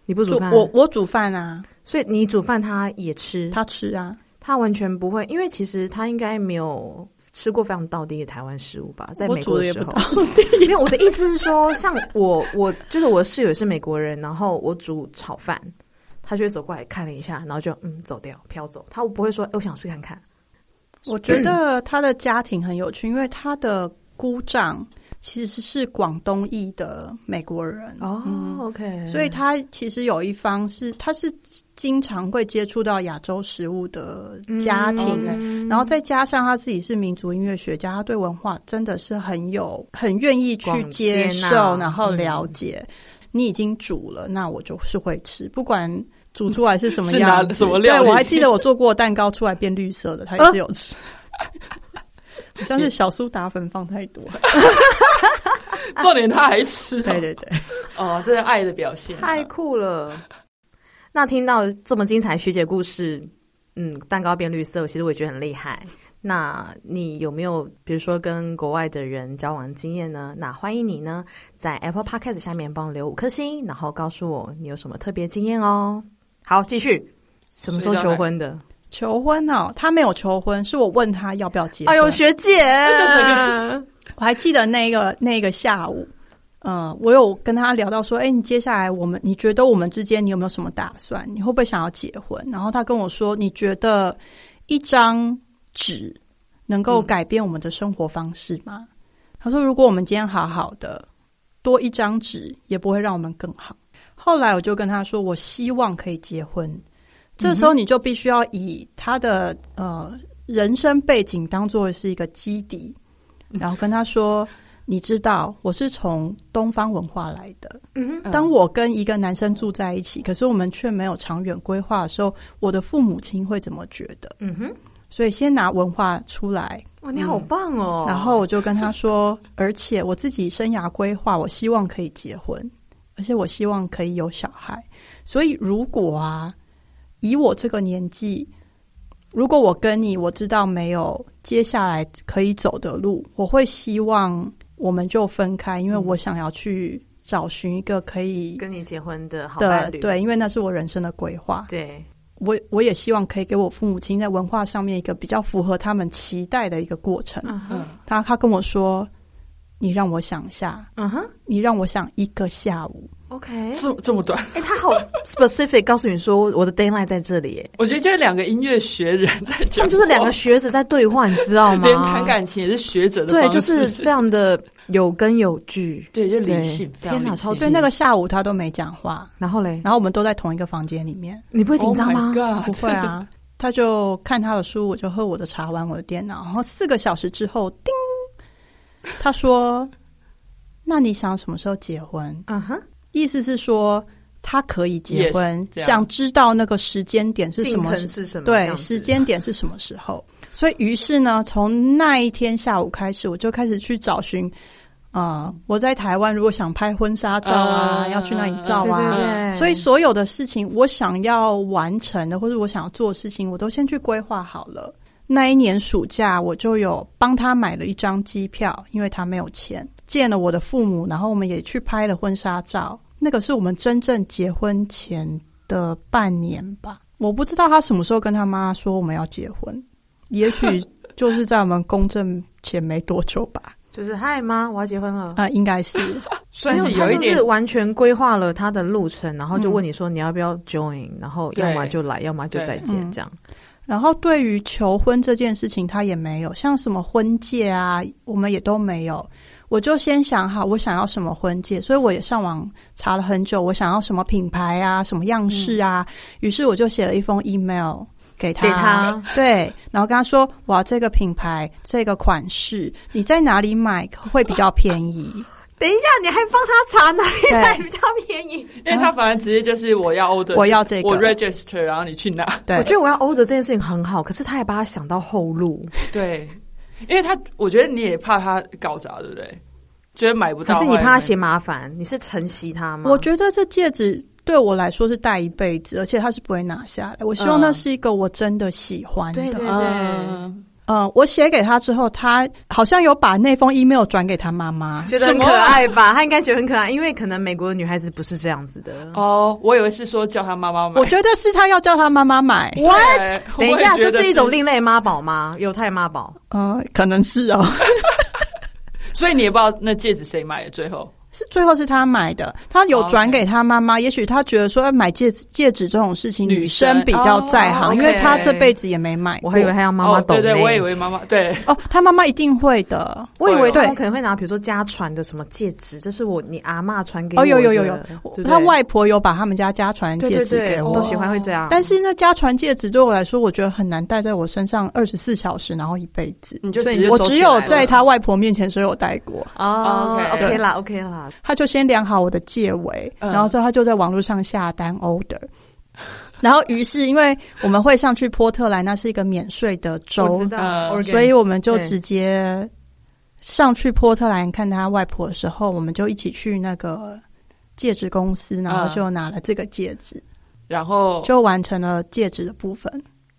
A: 你不煮饭，
C: 我我煮饭啊，
A: 所以你煮饭他也
B: 嗯
A: 吃，
C: 他吃啊，
A: 他完全不会，因为其实他应该没有吃过非常道地的台湾食物吧，在
C: 我
A: 美
C: 煮
A: 国
C: 的
A: 的
C: 也
A: 时
C: 不
A: 候
C: 到。。
A: 没有，我的意思是说，像我，我就是我的室友也是美国人，然后我煮炒饭，他就会走过来看了一下，然后就嗯走掉飘走，他不会说、哎我想试看看。
C: 我觉得他的家庭很有趣，因为他的姑丈其实是广东裔的美国人，
A: 哦、o k
C: 所以他其实有一方是他是经常会接触到亚洲食物的家庭。哎
B: 嗯
C: 然后再加上他自己是民族音乐学家，他对文化真的是很有、很愿意去
A: 广接
C: 接
A: 纳
C: 受，然后了解。你已经煮了，那我就是会吃，不管煮出来是什么
B: 是
C: 样
B: 哪
C: 子。
B: 什么料理啊
C: 对我还记得我做过蛋糕出来变绿色的，他也是有吃。好像是小苏打粉放太 多。
B: 重点他还吃、
C: 对对对，
B: 哦，这是爱的表现。
A: 太酷了。 那听到这么精彩学姐故事，嗯，蛋糕变绿色，其实我也觉得很厉害。那你有没有比如说跟国外的人交往经验呢？那欢迎你呢，在 Apple Podcast 下面帮我留五颗星，然后告诉我你有什么特别经验哦。好，继续，什么时候求婚的？
C: 求婚哦，他没有求婚，是我问他要不要结婚。
A: 哎呦，学姐，
C: 我还记得那个那个下午，嗯，我有跟他聊到说，哎、你接下来我们，你觉得我们之间你有没有什么打算？你会不会想要结婚？然后他跟我说，你觉得一张纸能够改变我们的生活方式吗？他说，如果我们今天好好的，多一张纸也不会让我们更好。后来我就跟他说，我希望可以结婚。这时候你就必须要以他的呃人生背景当做是一个基底， 然后跟他说：“你知道，我是从东方文化来的。
A: 嗯
B: 嗯
C: 当我跟一个男生住在一起，可是我们却没有长远规划的时候，我的父母亲会怎么觉得？
A: 嗯哼，
C: 所以先拿文化出来，
A: 哇，你好棒哦！
C: 然后我就跟他说：而且我自己生涯规划，我希望可以结婚，而且我希望可以有小孩。所以如果啊，以我这个年纪。”如果我跟你，我知道没有接下来可以走的路，我会希望我们就分开，因为我想要去找寻一个可以
A: 跟你结婚的好
C: 的
A: 伴侣，
C: 对，因为那是我人生的规划。
A: 对，
C: 我我也希望可以给我父母亲在文化上面一个比较符合他们期待的一个过程。
A: 嗯哼，
B: 嗯，
C: 他他跟我说：“你让我想一下，
A: 嗯哼
C: 你让我想一个下午。
B: 嗯
A: ，OK，
B: 这这么短，
A: 哎、他好 specific 告诉你说我的 d a y l i g h t 在这里，哎，
B: 我觉得就是两个音乐学人在
A: 他
B: 讲话，
A: 们就是两个学者在对话，你知道吗？
B: 连谈感情也是学者的
A: 对，
B: 方
A: 就
B: 式
A: 是非常的有根有据。
B: 对，就
A: 对
B: 理性，非常
A: 天哪
B: 理性
A: 超”级
C: 所以那个下午他都没讲话，
A: 然后
B: 嗯
A: 嘞，
C: 然后我们都在同一个房间里面。
A: 你不会紧张
B: Oh
A: 吗？
B: my
C: 不
B: God
C: 会 啊，他就看他的书，我就喝我的茶，玩我的电脑。然后四个小时之后，叮，他说：“那你想什么时候结婚
A: 嗯哼，？”
C: 意思是说他可以结
B: Yes，
C: 婚
B: 这样
C: 想知道那个时间点是什
A: 进
C: 么
A: 程
C: 时，
A: 是什么？这
C: 对，
A: 样子
C: 时。间点是什么时候。所以，于是呢，从那一天下午开始，我就开始去找寻。啊、我在台湾，如果想拍婚纱照啊，
B: 嗯
C: 要去哪里
A: 对
C: 照
A: 对
C: 啊？
A: 对，
C: 所以所有的事情，我想要完成的，或者我想要做的事情，我都先去规划好了。那一年暑假，我就有帮他买了一张机票，因为他没有钱，见了我的父母，然后我们也去拍了婚纱照。那个是我们真正结婚前的半年吧。我不知道他什么时候跟他妈说我们要结婚，也许就是在我们公证前没多久吧。
A: 就是嗨妈，我要结婚了。
C: 啊、应该是
B: 算是
A: 没有
B: 有一
A: 他就
B: 点
A: 是完全规划了他的路程，然后就
C: 嗯
A: 问你说你要不要 join，、然后要么就来，要么就再见
C: 对
A: 这样。
C: 然后对于求婚这件事情，他也没有像什么婚戒啊，我们也都没有。我就先想好我想要什么婚戒，所以我也上网查了很久，我想要什么品牌啊，什么样式啊。于是我就写了一封 email 给
A: 嗯
C: 他，
A: 给他
C: 对，然后跟他说我要这个品牌，这个款式，你在哪里买会比较便 宜？
A: 等一下，你还帮他查哪里
C: 对
A: 比较便宜？
B: 因为他反而直接就是我要 order，
C: 我要这个
B: 我 register，然后你去拿。
C: 对，
A: 我觉得我要 order 这件事情很好，可是他还把他想到后路，
B: 对，因为他我觉得你也怕他搞砸，对不对？觉得买不
A: 可
B: 到，
A: 是你怕他
B: 写
A: 嫌麻烦，你是承袭他吗？
C: 哎我觉得这戒指对我来说是戴一辈子，而且它是不会拿下来。我希望
B: 嗯
C: 那是一个我真的喜欢的。
A: 对对
B: 嗯，
C: 呃，我写给他之后，他好像有把那封 email 转给他妈妈。
A: 觉得很可爱吧？他应该觉得很可爱，因为可能美国的女孩子不是这样子的。
B: 哦，我以为是说叫他妈妈买
C: 我。觉得是他要叫他妈妈买，
B: 我
A: 等一下，这是一种另类妈宝吗？犹太妈宝？
C: 呃，可能是哦，
B: 所以你也不知道那戒指谁买的，最后
C: 是最后是他买的，他
A: 哦
C: 有转给他妈妈。也许他觉得说哎买戒指戒指这种事情，
B: 女
C: 女
B: 生
C: 生比较在行，
A: 哦
C: 因为他
A: OK
C: 这辈子也没买
A: 我
C: 过。
A: 还以为他要妈妈
B: 哦，
A: 懂、
B: 对对，我以。为妈妈对，
C: 哦，他妈妈一定会的。
A: 我以为他们
C: 对
A: 可能会拿，比如说家传的什么戒指，这是我你阿嬷传给我
C: 哦，
A: 的
C: 有有有有
A: 对，
C: 我
A: 不对
C: 他外婆有把他们家家传
A: 对
C: 戒
A: 对
C: 指
A: 对，
C: 给我
A: 都。喜欢会这样。
C: 但是那家传戒指对我来说，我觉得很难戴在我身上二十四小时，然后一辈子。
B: 你就
A: 所以
B: 直
A: 你
B: 接
A: 就
C: 我
A: 收
C: 只
A: 起来
C: 有
A: 了
C: 在他外婆面前，所以我戴过。
A: 哦
B: OK
A: ，OK 啦，OK 啦，
C: 他就先量好我的戒围，
B: 嗯
C: 然后之后他就在网络上下单 order。然后，于是因为我们会上去波特兰，那是一个免税的州
A: 我，知道
B: 嗯，
A: Oregon
C: 呃所以我们就
A: 对
C: 直接上去波特兰看他外婆的时候，我们就一起去那个戒指公司，然后就拿了这个戒指，
B: 然
A: 哦
B: 后
C: 就完成了戒指的部分。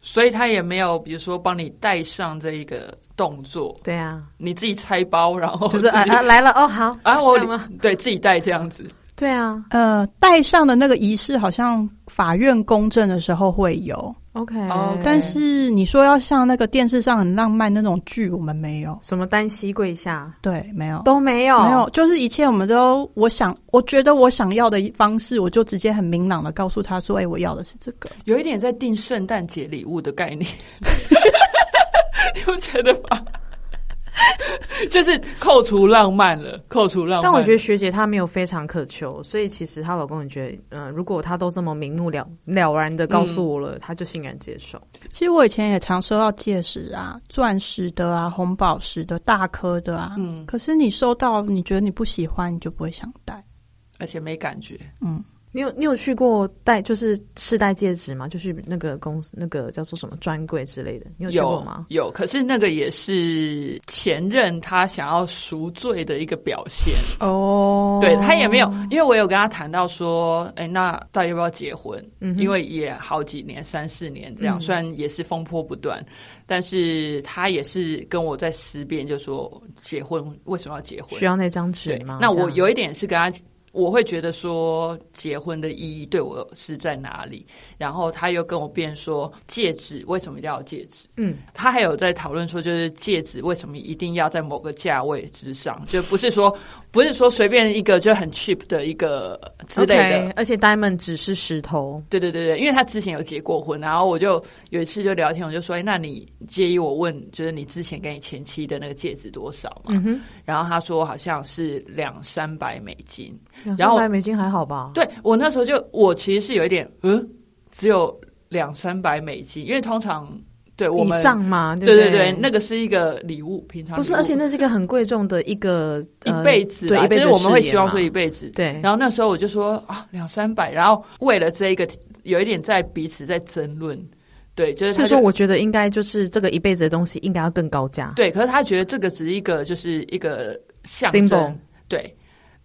B: 所以他也没有比如说帮你戴上这一个动作，
A: 对啊，
B: 你自己拆包，然后
A: 就是
B: 自己
A: 啊啊来了哦，好，
B: 啊，我
A: 这样吗
B: 对自己戴这样子，
A: 对啊
C: 呃，戴上的那个仪式好像法院公证的时候会有，
A: ，OK，
B: 哦对
C: 但是你说要像那个电视上很浪漫那种剧，我们没有，
A: 什么单膝跪下
C: 对，没有。哦
A: 都没有，
C: 没有，就是一切我们都，我想，我觉得我想要的方式，我就直接很明朗的告诉他说：“哎、我要的是这个。
B: 有一点在订圣诞节礼物的概念， 你不觉得吗？就是扣除浪漫了，扣除浪漫。
A: 但我觉得学姐她没有非常渴求，所以其实她老公也觉得，嗯、如果她都这么明目了了然的告
B: 嗯
A: 诉我了，她就欣然接受。”
C: 其实我以前也常收到戒指啊，钻石的啊，红宝石的，大颗的啊。
B: 嗯，
C: 可是你收到，你觉得你不喜欢，你就不会想戴。
B: 而且没感觉。
C: 嗯，
A: 你有你有去过戴就是试戴戒指吗？就是那个公司那个叫做什么专柜之类的，你有去过吗？
B: 有，可是那个也是前任他想要赎罪的一个表现。
A: 哦
B: 对他也没有，因为我有跟他谈到说，哎、那到底要不要结婚？
A: 嗯
B: 因为也好几年，三四年这样，虽然也是风波不断，但是他也是跟我在思辨，就说结婚为什么要结婚
A: 需？要那张纸
B: 对
A: 吗？
B: 那我
A: 这样
B: 有一点是跟他，我会觉得说结婚的意义对我是在哪里？然后他又跟我辩说戒指为什么一定要有戒指？
A: 嗯，
B: 他还有在讨论说，就是戒指为什么一定要在某个价位之上，就不是说不是说随便一个就很 cheap 的一个之类的。
A: OK，而且 diamond 只是石头，
B: 对对对对，因为他之前有结过婚，然后我就有一次就聊天，我就说：“哎，那你介意我问，就是你之前跟你前妻的那个戒指多少吗？”
A: 嗯哼，
B: 然后他说好像是两三百美金。
A: 两
B: 然
A: 三
B: 后
A: 百美金还好吧？
B: 对我那时候就我其实是有一点嗯，只有两三百美金，因为通常对我
A: 以
B: 们
A: 上嘛，
B: 对
A: 对
B: 对
A: 不
B: 对，那个是一个礼物，平常
A: 不是，
B: 礼物
A: 而且那是一个很贵重的一个呃
B: 一辈子
A: 对
B: 啦，
A: 一辈
B: 就
A: 子
B: 是
A: 的
B: 我们会
A: 誓言
B: 希望
A: 嘛
B: 说一辈子。
A: 对，
B: 然后那时候我就说啊，两三百，然后为了这一个有一点在彼此在争论，对，就是他
A: 是
B: 就
A: 说，我觉得应该就是这个一辈子的东西应该要更高价。
B: 对，可是他觉得这个只是一个就是一个象
A: Symbol
B: 征，对。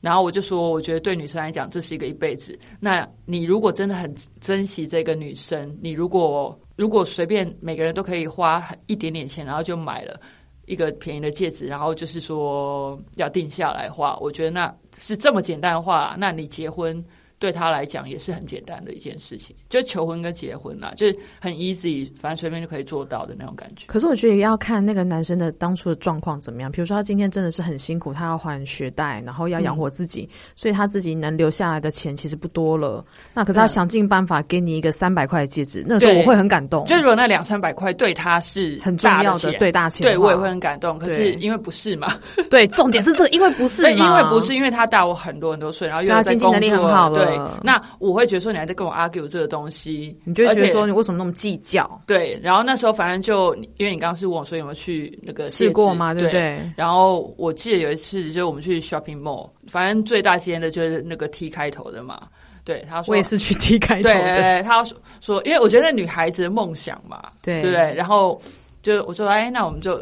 B: 然后我就说，我觉得对女生来讲，这是一个一辈子。那你如果真的很珍惜这个女生，你如果如果随便每个人都可以花一点点钱，然后就买了，一个便宜的戒指，然后就是说要定下来的话，我觉得那是这么简单的话，那你结婚对他来讲也是很简单的一件事情，就求婚跟结婚啦，就是很 easy，反正随便就可以做到的那种感觉。
A: 可是我觉得也要看那个男生的当初的状况怎么样。比如说他今天真的是很辛苦，他要还学贷，然后要
B: 嗯
A: 养活自己，所以他自己能留下来的钱其实不多了。那可是他
B: 嗯
A: 想尽办法给你一个三百块的戒指，那时候
B: 对
A: 我会很感动，
B: 就如果那两三百块对他是
A: 很重要
B: 的
A: 的
B: 钱
A: 对大钱的话。
B: 对我也会很感动。可
A: 对
B: 是因为不是嘛，
A: 对，重点是这个，因为不是
B: 对，因
A: 嘛
B: 为不是因为他大我很多很多岁，然后又
A: 所以他
B: 在
A: 经济
B: 工
A: 能力很
B: 作
A: 好了
B: 对，那我会觉得说你还在跟我 argue 这个东西，
A: 你就会觉
B: 而
A: 得
B: 且
A: 说你为什么那么计较？
B: 对，然后那时候反正就因为你刚刚是问我说有没有去那个戒
A: 试
B: 指
A: 过吗？对
B: 对
A: 不？对？
B: 然后我记得有一次，就是我们去 shopping mall，反正最大间的就是那个 T 开头的嘛。对，他说
A: 我也是去 T 开头
B: 对
A: 的，
B: 对，他说说，因为我觉得女孩子的梦想嘛，
A: 对
B: 对不对？然后就我说，哎，那我们就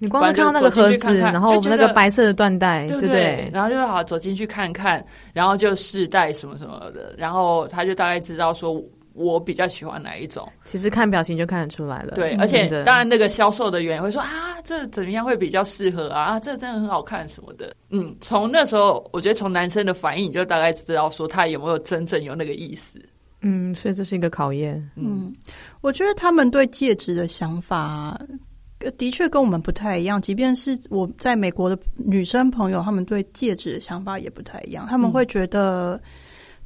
A: 你光是看到那个盒子，然后那个白色的缎带，
B: 对
A: 对
B: 不
A: 不对？
B: 然后就好走进去看看，然后就试戴什么什么的，然后他就大概知道说我比较喜欢哪一种。
A: 其实看表情就看得出来了。
B: 对，
A: 嗯
B: 而且
A: 真的
B: 当然那个销售的员也会说啊，这怎么样会比较适合啊，啊这真的很好看什么的。嗯，从那时候我觉得从男生的反应，你就大概知道说他有没有真正有那个意思。
A: 嗯，所以这是一个考验。
C: 嗯，我觉得他们对戒指的想法。呃的确跟我们不太一样，即便是我在美国的女生朋友，她们对戒指的想法也不太一样。她们会觉得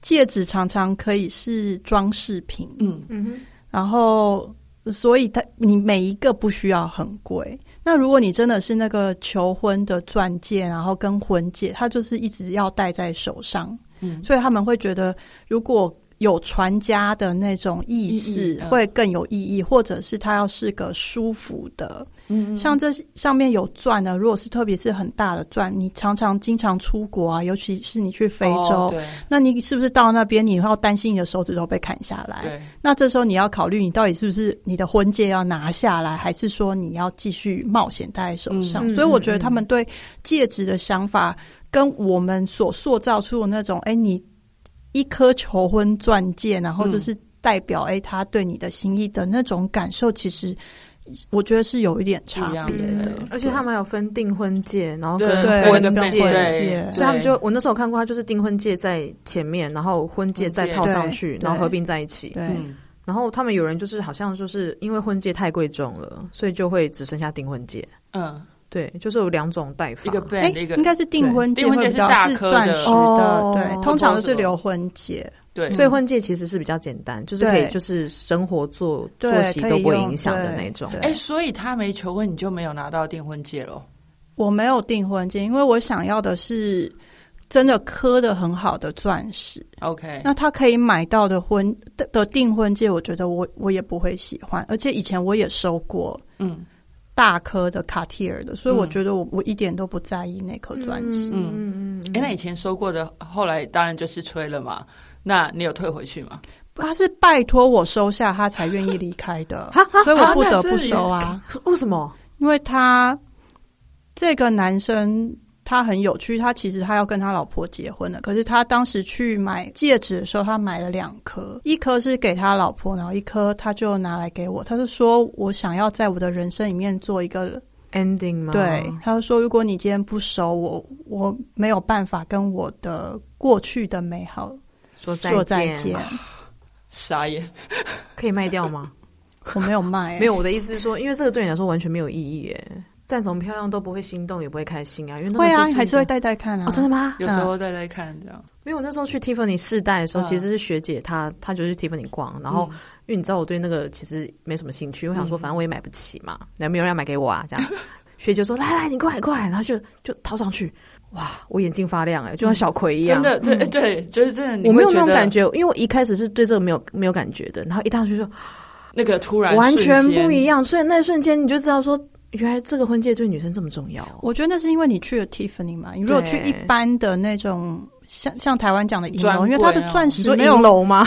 C: 戒指常常可以是装饰品，
B: 嗯，
A: 嗯哼，
C: 然后，所以它你每一个不需要很贵。那如果你真的是那个求婚的钻戒，然后跟婚戒，它就是一直要戴在手上，
B: 嗯
C: 所以他们会觉得如果有传家的那种意思，
B: 意义嗯
C: 会更有意义，或者是它要是个舒服的。
B: 嗯
C: 像这上面有钻啊的，如果是特别是很大的钻，你常常经常出国啊，尤其是你去非
B: 哦
C: 洲，
B: 对
C: 那你是不是到那边你要担心你的手指头被砍下来？
B: 对，
C: 那这时候你要考虑，你到底是不是你的婚戒要拿下来，还是说你要继续冒险戴在手
A: 嗯
C: 上？所以我觉得他们对戒指的想法，跟我们所塑造出的那种，哎、你一颗求婚钻戒，然后就是
B: 嗯
C: 代表哎、诶他对你的心意的那种感受，其实我觉得是有一点差别
B: 不一样
C: 的
B: 对。
A: 而且他们有分订婚戒，然后
B: 对
A: 跟
C: 对
A: 婚
C: 跟
B: 对
C: 戒
A: 戒。
B: 对
A: 所以他们就，我那时候看过，他就是订婚戒在前面，然后婚戒再套上去，
C: 对
A: 然后合并在一起。
C: 对。
B: 嗯，
A: 然后他们有人就是好像就是因为婚戒太贵重了，所以就会只剩下订婚戒。
B: 嗯，
A: 对，就是有两种戴法。
B: 一个
C: 哎
B: band，一个
C: 应该是订婚戒
B: 对订婚戒
C: 会比较
B: 是大
C: 是
B: 颗的
C: 钻石
A: 哦
C: 的，对，通常都是留婚戒。
B: 对，
A: 所以婚戒其实是比较简单，就是可以
C: 嗯对
A: 就是生活作
C: 对
A: 作息
C: 可以
A: 都不会
C: 用
A: 影响的
C: 对
A: 那种。
C: 对
B: 哎，所以他没求婚，你就没有拿到订婚戒喽？
C: 我没有订婚戒，因为我想要的是真的刻的很好的钻石。
A: 嗯
B: OK，
C: 那他可以买到的婚的的订婚戒，我觉得我我也不会喜欢，而且以前我也收过
B: 嗯
C: 大颗的卡地尔的，所以我
B: 嗯
C: 觉得我我一点都不在意那颗钻石。
A: 嗯嗯
B: 哎、那以前收过的，后来当然就是吹了嘛。那你有退回去吗？
C: 他是拜托我收下，他才愿意离 开的
A: 哈哈，
C: 所以我不
B: 啊
C: 得
B: 那
C: 不
B: 这里
C: 收啊，
A: 为什么？
C: 因为他这个男生。他很有趣，他其实他要跟他老婆结婚了，可是他当时去买戒指的时候，他买了两颗，一颗是给他老婆，然后一颗他就拿来给我。他就说我想要在我的人生里面做一个
A: ending 吗？
C: 对，他就说如果你今天不收我，我没有办法跟我的过去的美好
A: 说再
C: 说再
A: 见，
C: 见。
B: 傻眼。
A: 可以卖掉 吗？
C: 我没有 卖、
A: 没有，我的意思是说，因为这个对你来说完全没有意义耶。再怎么漂亮都不会心动，也不会开心啊，因为那
C: 会啊，
A: 你
C: 还是会戴戴看啊。
A: 哦，真的吗？
B: 有时候再来看这样，
A: 因为我那时候去 Tiffany 试戴的时候，
B: 嗯
A: 其实是学姐她她就去 Tiffany 逛，然后因为你知道我对那个其实没什么兴趣，我想说
B: 嗯
A: 反正我也买不起嘛，那没有人要买给我啊，这 样。学姐就说来来，你过来过来，然后就就套上去，哇，我眼睛发亮哎、就像小葵一样
B: 真。的，对、对，就是真的，你
A: 我没有
B: 会
A: 那
B: 觉
A: 种
B: 得
A: 感觉，因为我一开始是对这个没有没有感觉的，然后一套上去就
B: 那个突然
A: 完全
B: 瞬间
A: 不一。样，所以那一瞬间你就知道说，原来这个婚戒对女生这么重要哦。
C: 我觉得那是因为你去了 Tiffany 嘛，你如果去
A: 对
C: 一般的那种像像台湾讲的银
B: 专
C: 楼，
B: 柜
C: 因为它的钻
A: 你
C: 石
A: 说
C: 没
A: 银
C: 有
A: 楼吗？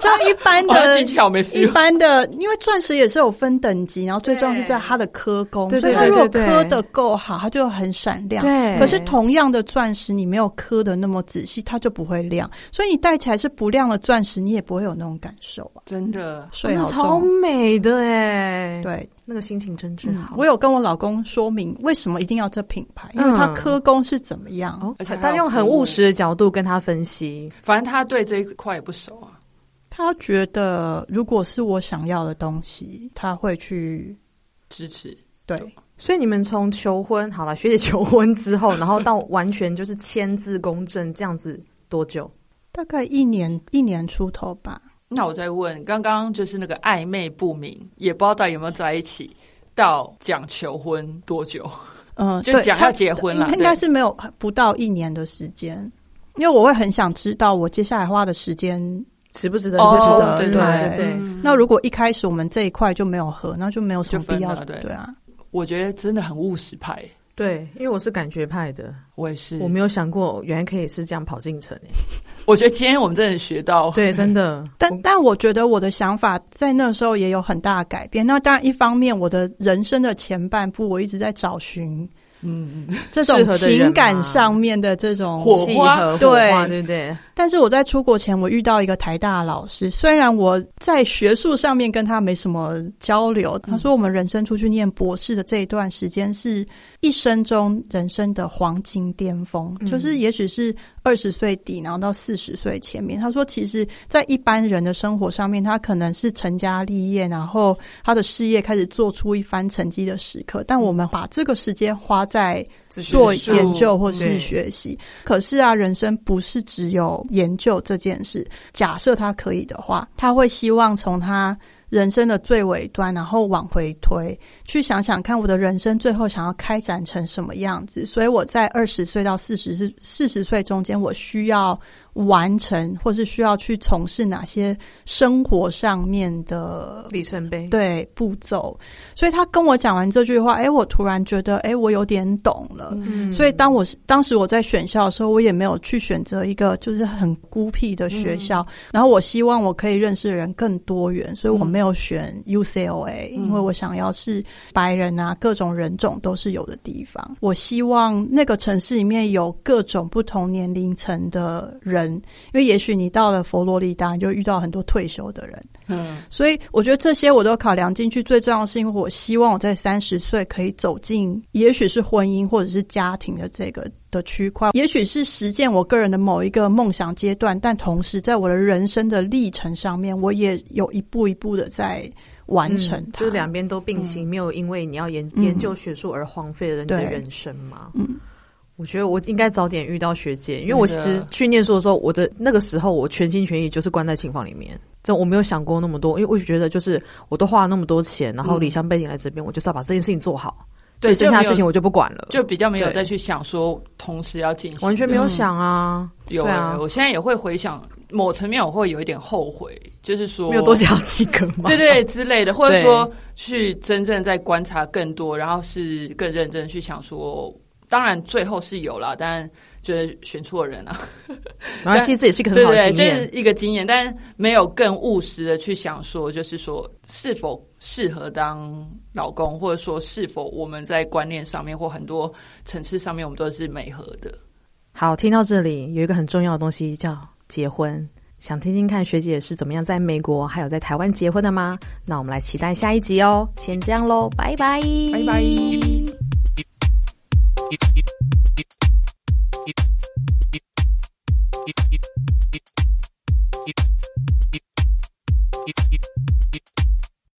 C: 就一般
B: 我的
C: 的
B: 技巧啊没 feel
C: 一般的，因为钻石也是有分等级，然后最重要是在它的刻工，
A: 对
C: 所以
A: 对
C: 它如果
A: 对对
C: 刻
A: 对
C: 的够好，它就很闪亮。
A: 对
C: 可是同样的钻石，你没有刻的那么仔细，它就不会亮。所以你戴起来是不亮的钻石，你也不会有那种感受啊。
B: 真的，
C: 睡
A: 那
C: 好
A: 超
C: 重，
A: 美的哎，，
C: 对，
A: 那个心情真
C: 嗯
A: 真好。
C: 我有跟我老公说明为什么一定要这品牌，因为它
A: 嗯
C: 刻工是怎么样。
A: 哦
B: 而且还有
A: 他用很务实的角度跟他分析，
B: 反正他对这一块也不熟啊。
C: 他觉得如果是我想要的东西，他会去
B: 支持，
C: 对
B: 懂
A: 所以你们从求婚好了，学姐求婚之后，然后到完全就是签字公证这样子多久？
C: 大概一年一年出头吧。
B: 那我再问，刚刚就是那个暧昧不明，也不知道到底有没有在一起，到讲求婚多久？
C: 嗯，
B: 就
C: 对
B: 讲
C: 他
B: 要结婚啦
C: 应
B: 对
C: 该是没有不到一年的时间，因为我会很想知道我接下来花的时间。
A: 值不值得？
C: 不值
A: 投
C: 得
A: 资
C: 对
A: 嘛对
C: 对
A: 对。
B: 嗯
C: 那如果一开始我们这一块就没有合，那就没有什
B: 就
C: 么
B: 分
C: 必要
B: 了对
C: 对啊。
B: 我觉得真的很务实派，
A: 对，因为我是感觉派的，
B: 我也是。
A: 我没有想过原来可以是这样跑进城诶。
B: 我觉得今天我们真的学到，
A: 对，真的。
C: 但但我觉得我的想法在那时候也有很大的改变。那当然，一方面我的人生的前半部，我一直在找寻
B: 嗯，
C: 这
A: 适
C: 种
A: 合的人
C: 情感
A: 嘛
C: 上面的这种
B: 火
A: 契
B: 花
A: 合火
C: 对
A: 花，对不对？
C: 但是我在出国前，我遇到一个台大的老师，虽然我在学术上面跟他没什么交流，他说我们人生出去念博士的这一段时间是一生中人生的黄金巅峰，
A: 嗯
C: 就是也许是二十岁底，然后到四十岁前面。他说，其实，在一般人的生活上面，他可能是成家立业，然后他的事业开始做出一番成绩的时刻，但我们把这个时间花在
A: 自学
C: 做
A: 术
C: 研究或是
A: 对
C: 学习。可是啊，人生不是只有研究这件事。假设他可以的话，他会希望从他人生的最尾端，然后往回推，去想想看我的人生最后想要开展成什么样子。所以我在二十岁到四十四十岁中间，我需要完成，或是需要去从事哪些生活上面的
A: 里程碑。
C: 对步骤。所以他跟我讲完这句话，哎，我突然觉得，哎，我有点懂了。
A: 嗯
C: 所以当我是当时我在选校的时候，我也没有去选择一个就是很孤僻的学校，然后我希望我可以认识的人更多元，所以我没有选 UCLA，、
B: 嗯
C: 因为我想要是白人啊，各种人种都是有的地方。我希望那个城市里面有各种不同年龄层的人，因为也许你到了佛罗里达，你就遇到很多退休的人。
B: 嗯，
C: 所以我觉得这些我都考量进去。最重要的是，因为我希望我在三十岁可以走进，也许是婚姻或者是家庭的这个的区块，也许是实践我个人的某一个梦想阶段，但同时在我的人生的历程上面，我也有一步一步的在完
A: 嗯
C: 成它。
A: 就是两边都并
B: 嗯
A: 行，没有因为你要研
C: 嗯
A: 研究学术而荒废了你的
C: 对
A: 人生嘛。
C: 嗯，
A: 我觉得我应该早点遇到学姐，因为我其
B: 真的
A: 实去念书的时候，我的那个时候我全心全意就是关在琴房里面，这我没有想过那么多，因为我就觉得就是我都花了那么多钱，然后
B: 嗯
A: 离乡背景来这边，我就是要把这件事情做好，所
B: 对
A: 以剩
B: 就
A: 下
B: 没有
A: 的事情我就不管了，
B: 就比较没有
A: 对
B: 再去想说同时要进行，嗯
A: 完全没有想啊，
B: 有、
A: 对啊
B: 我现在也会回想，某层面我会有一点后悔，就是说
A: 没有多想几个嘛。
B: 对对 之类的，或者
A: 对
B: 说去真正在观察更多，然后是更认真去想说，当然最后是有啦，但就是选错人啊，
A: 然后其实这也是一个很
B: 对
A: 好的
B: 对，
A: 经
B: 这
A: 验，
B: 是一个经验，但没有更务实的去想说，就是说是否适合当老公，或者说是否我们在观念上面或很多层次上面，我们都是美合的。
A: 好，听到这里有一个很重要的东西叫结婚，想听听看学姐是怎么样在美国还有在台湾结婚的吗？那我们来期待下一集哦。先这样喽，拜拜，
B: 拜拜。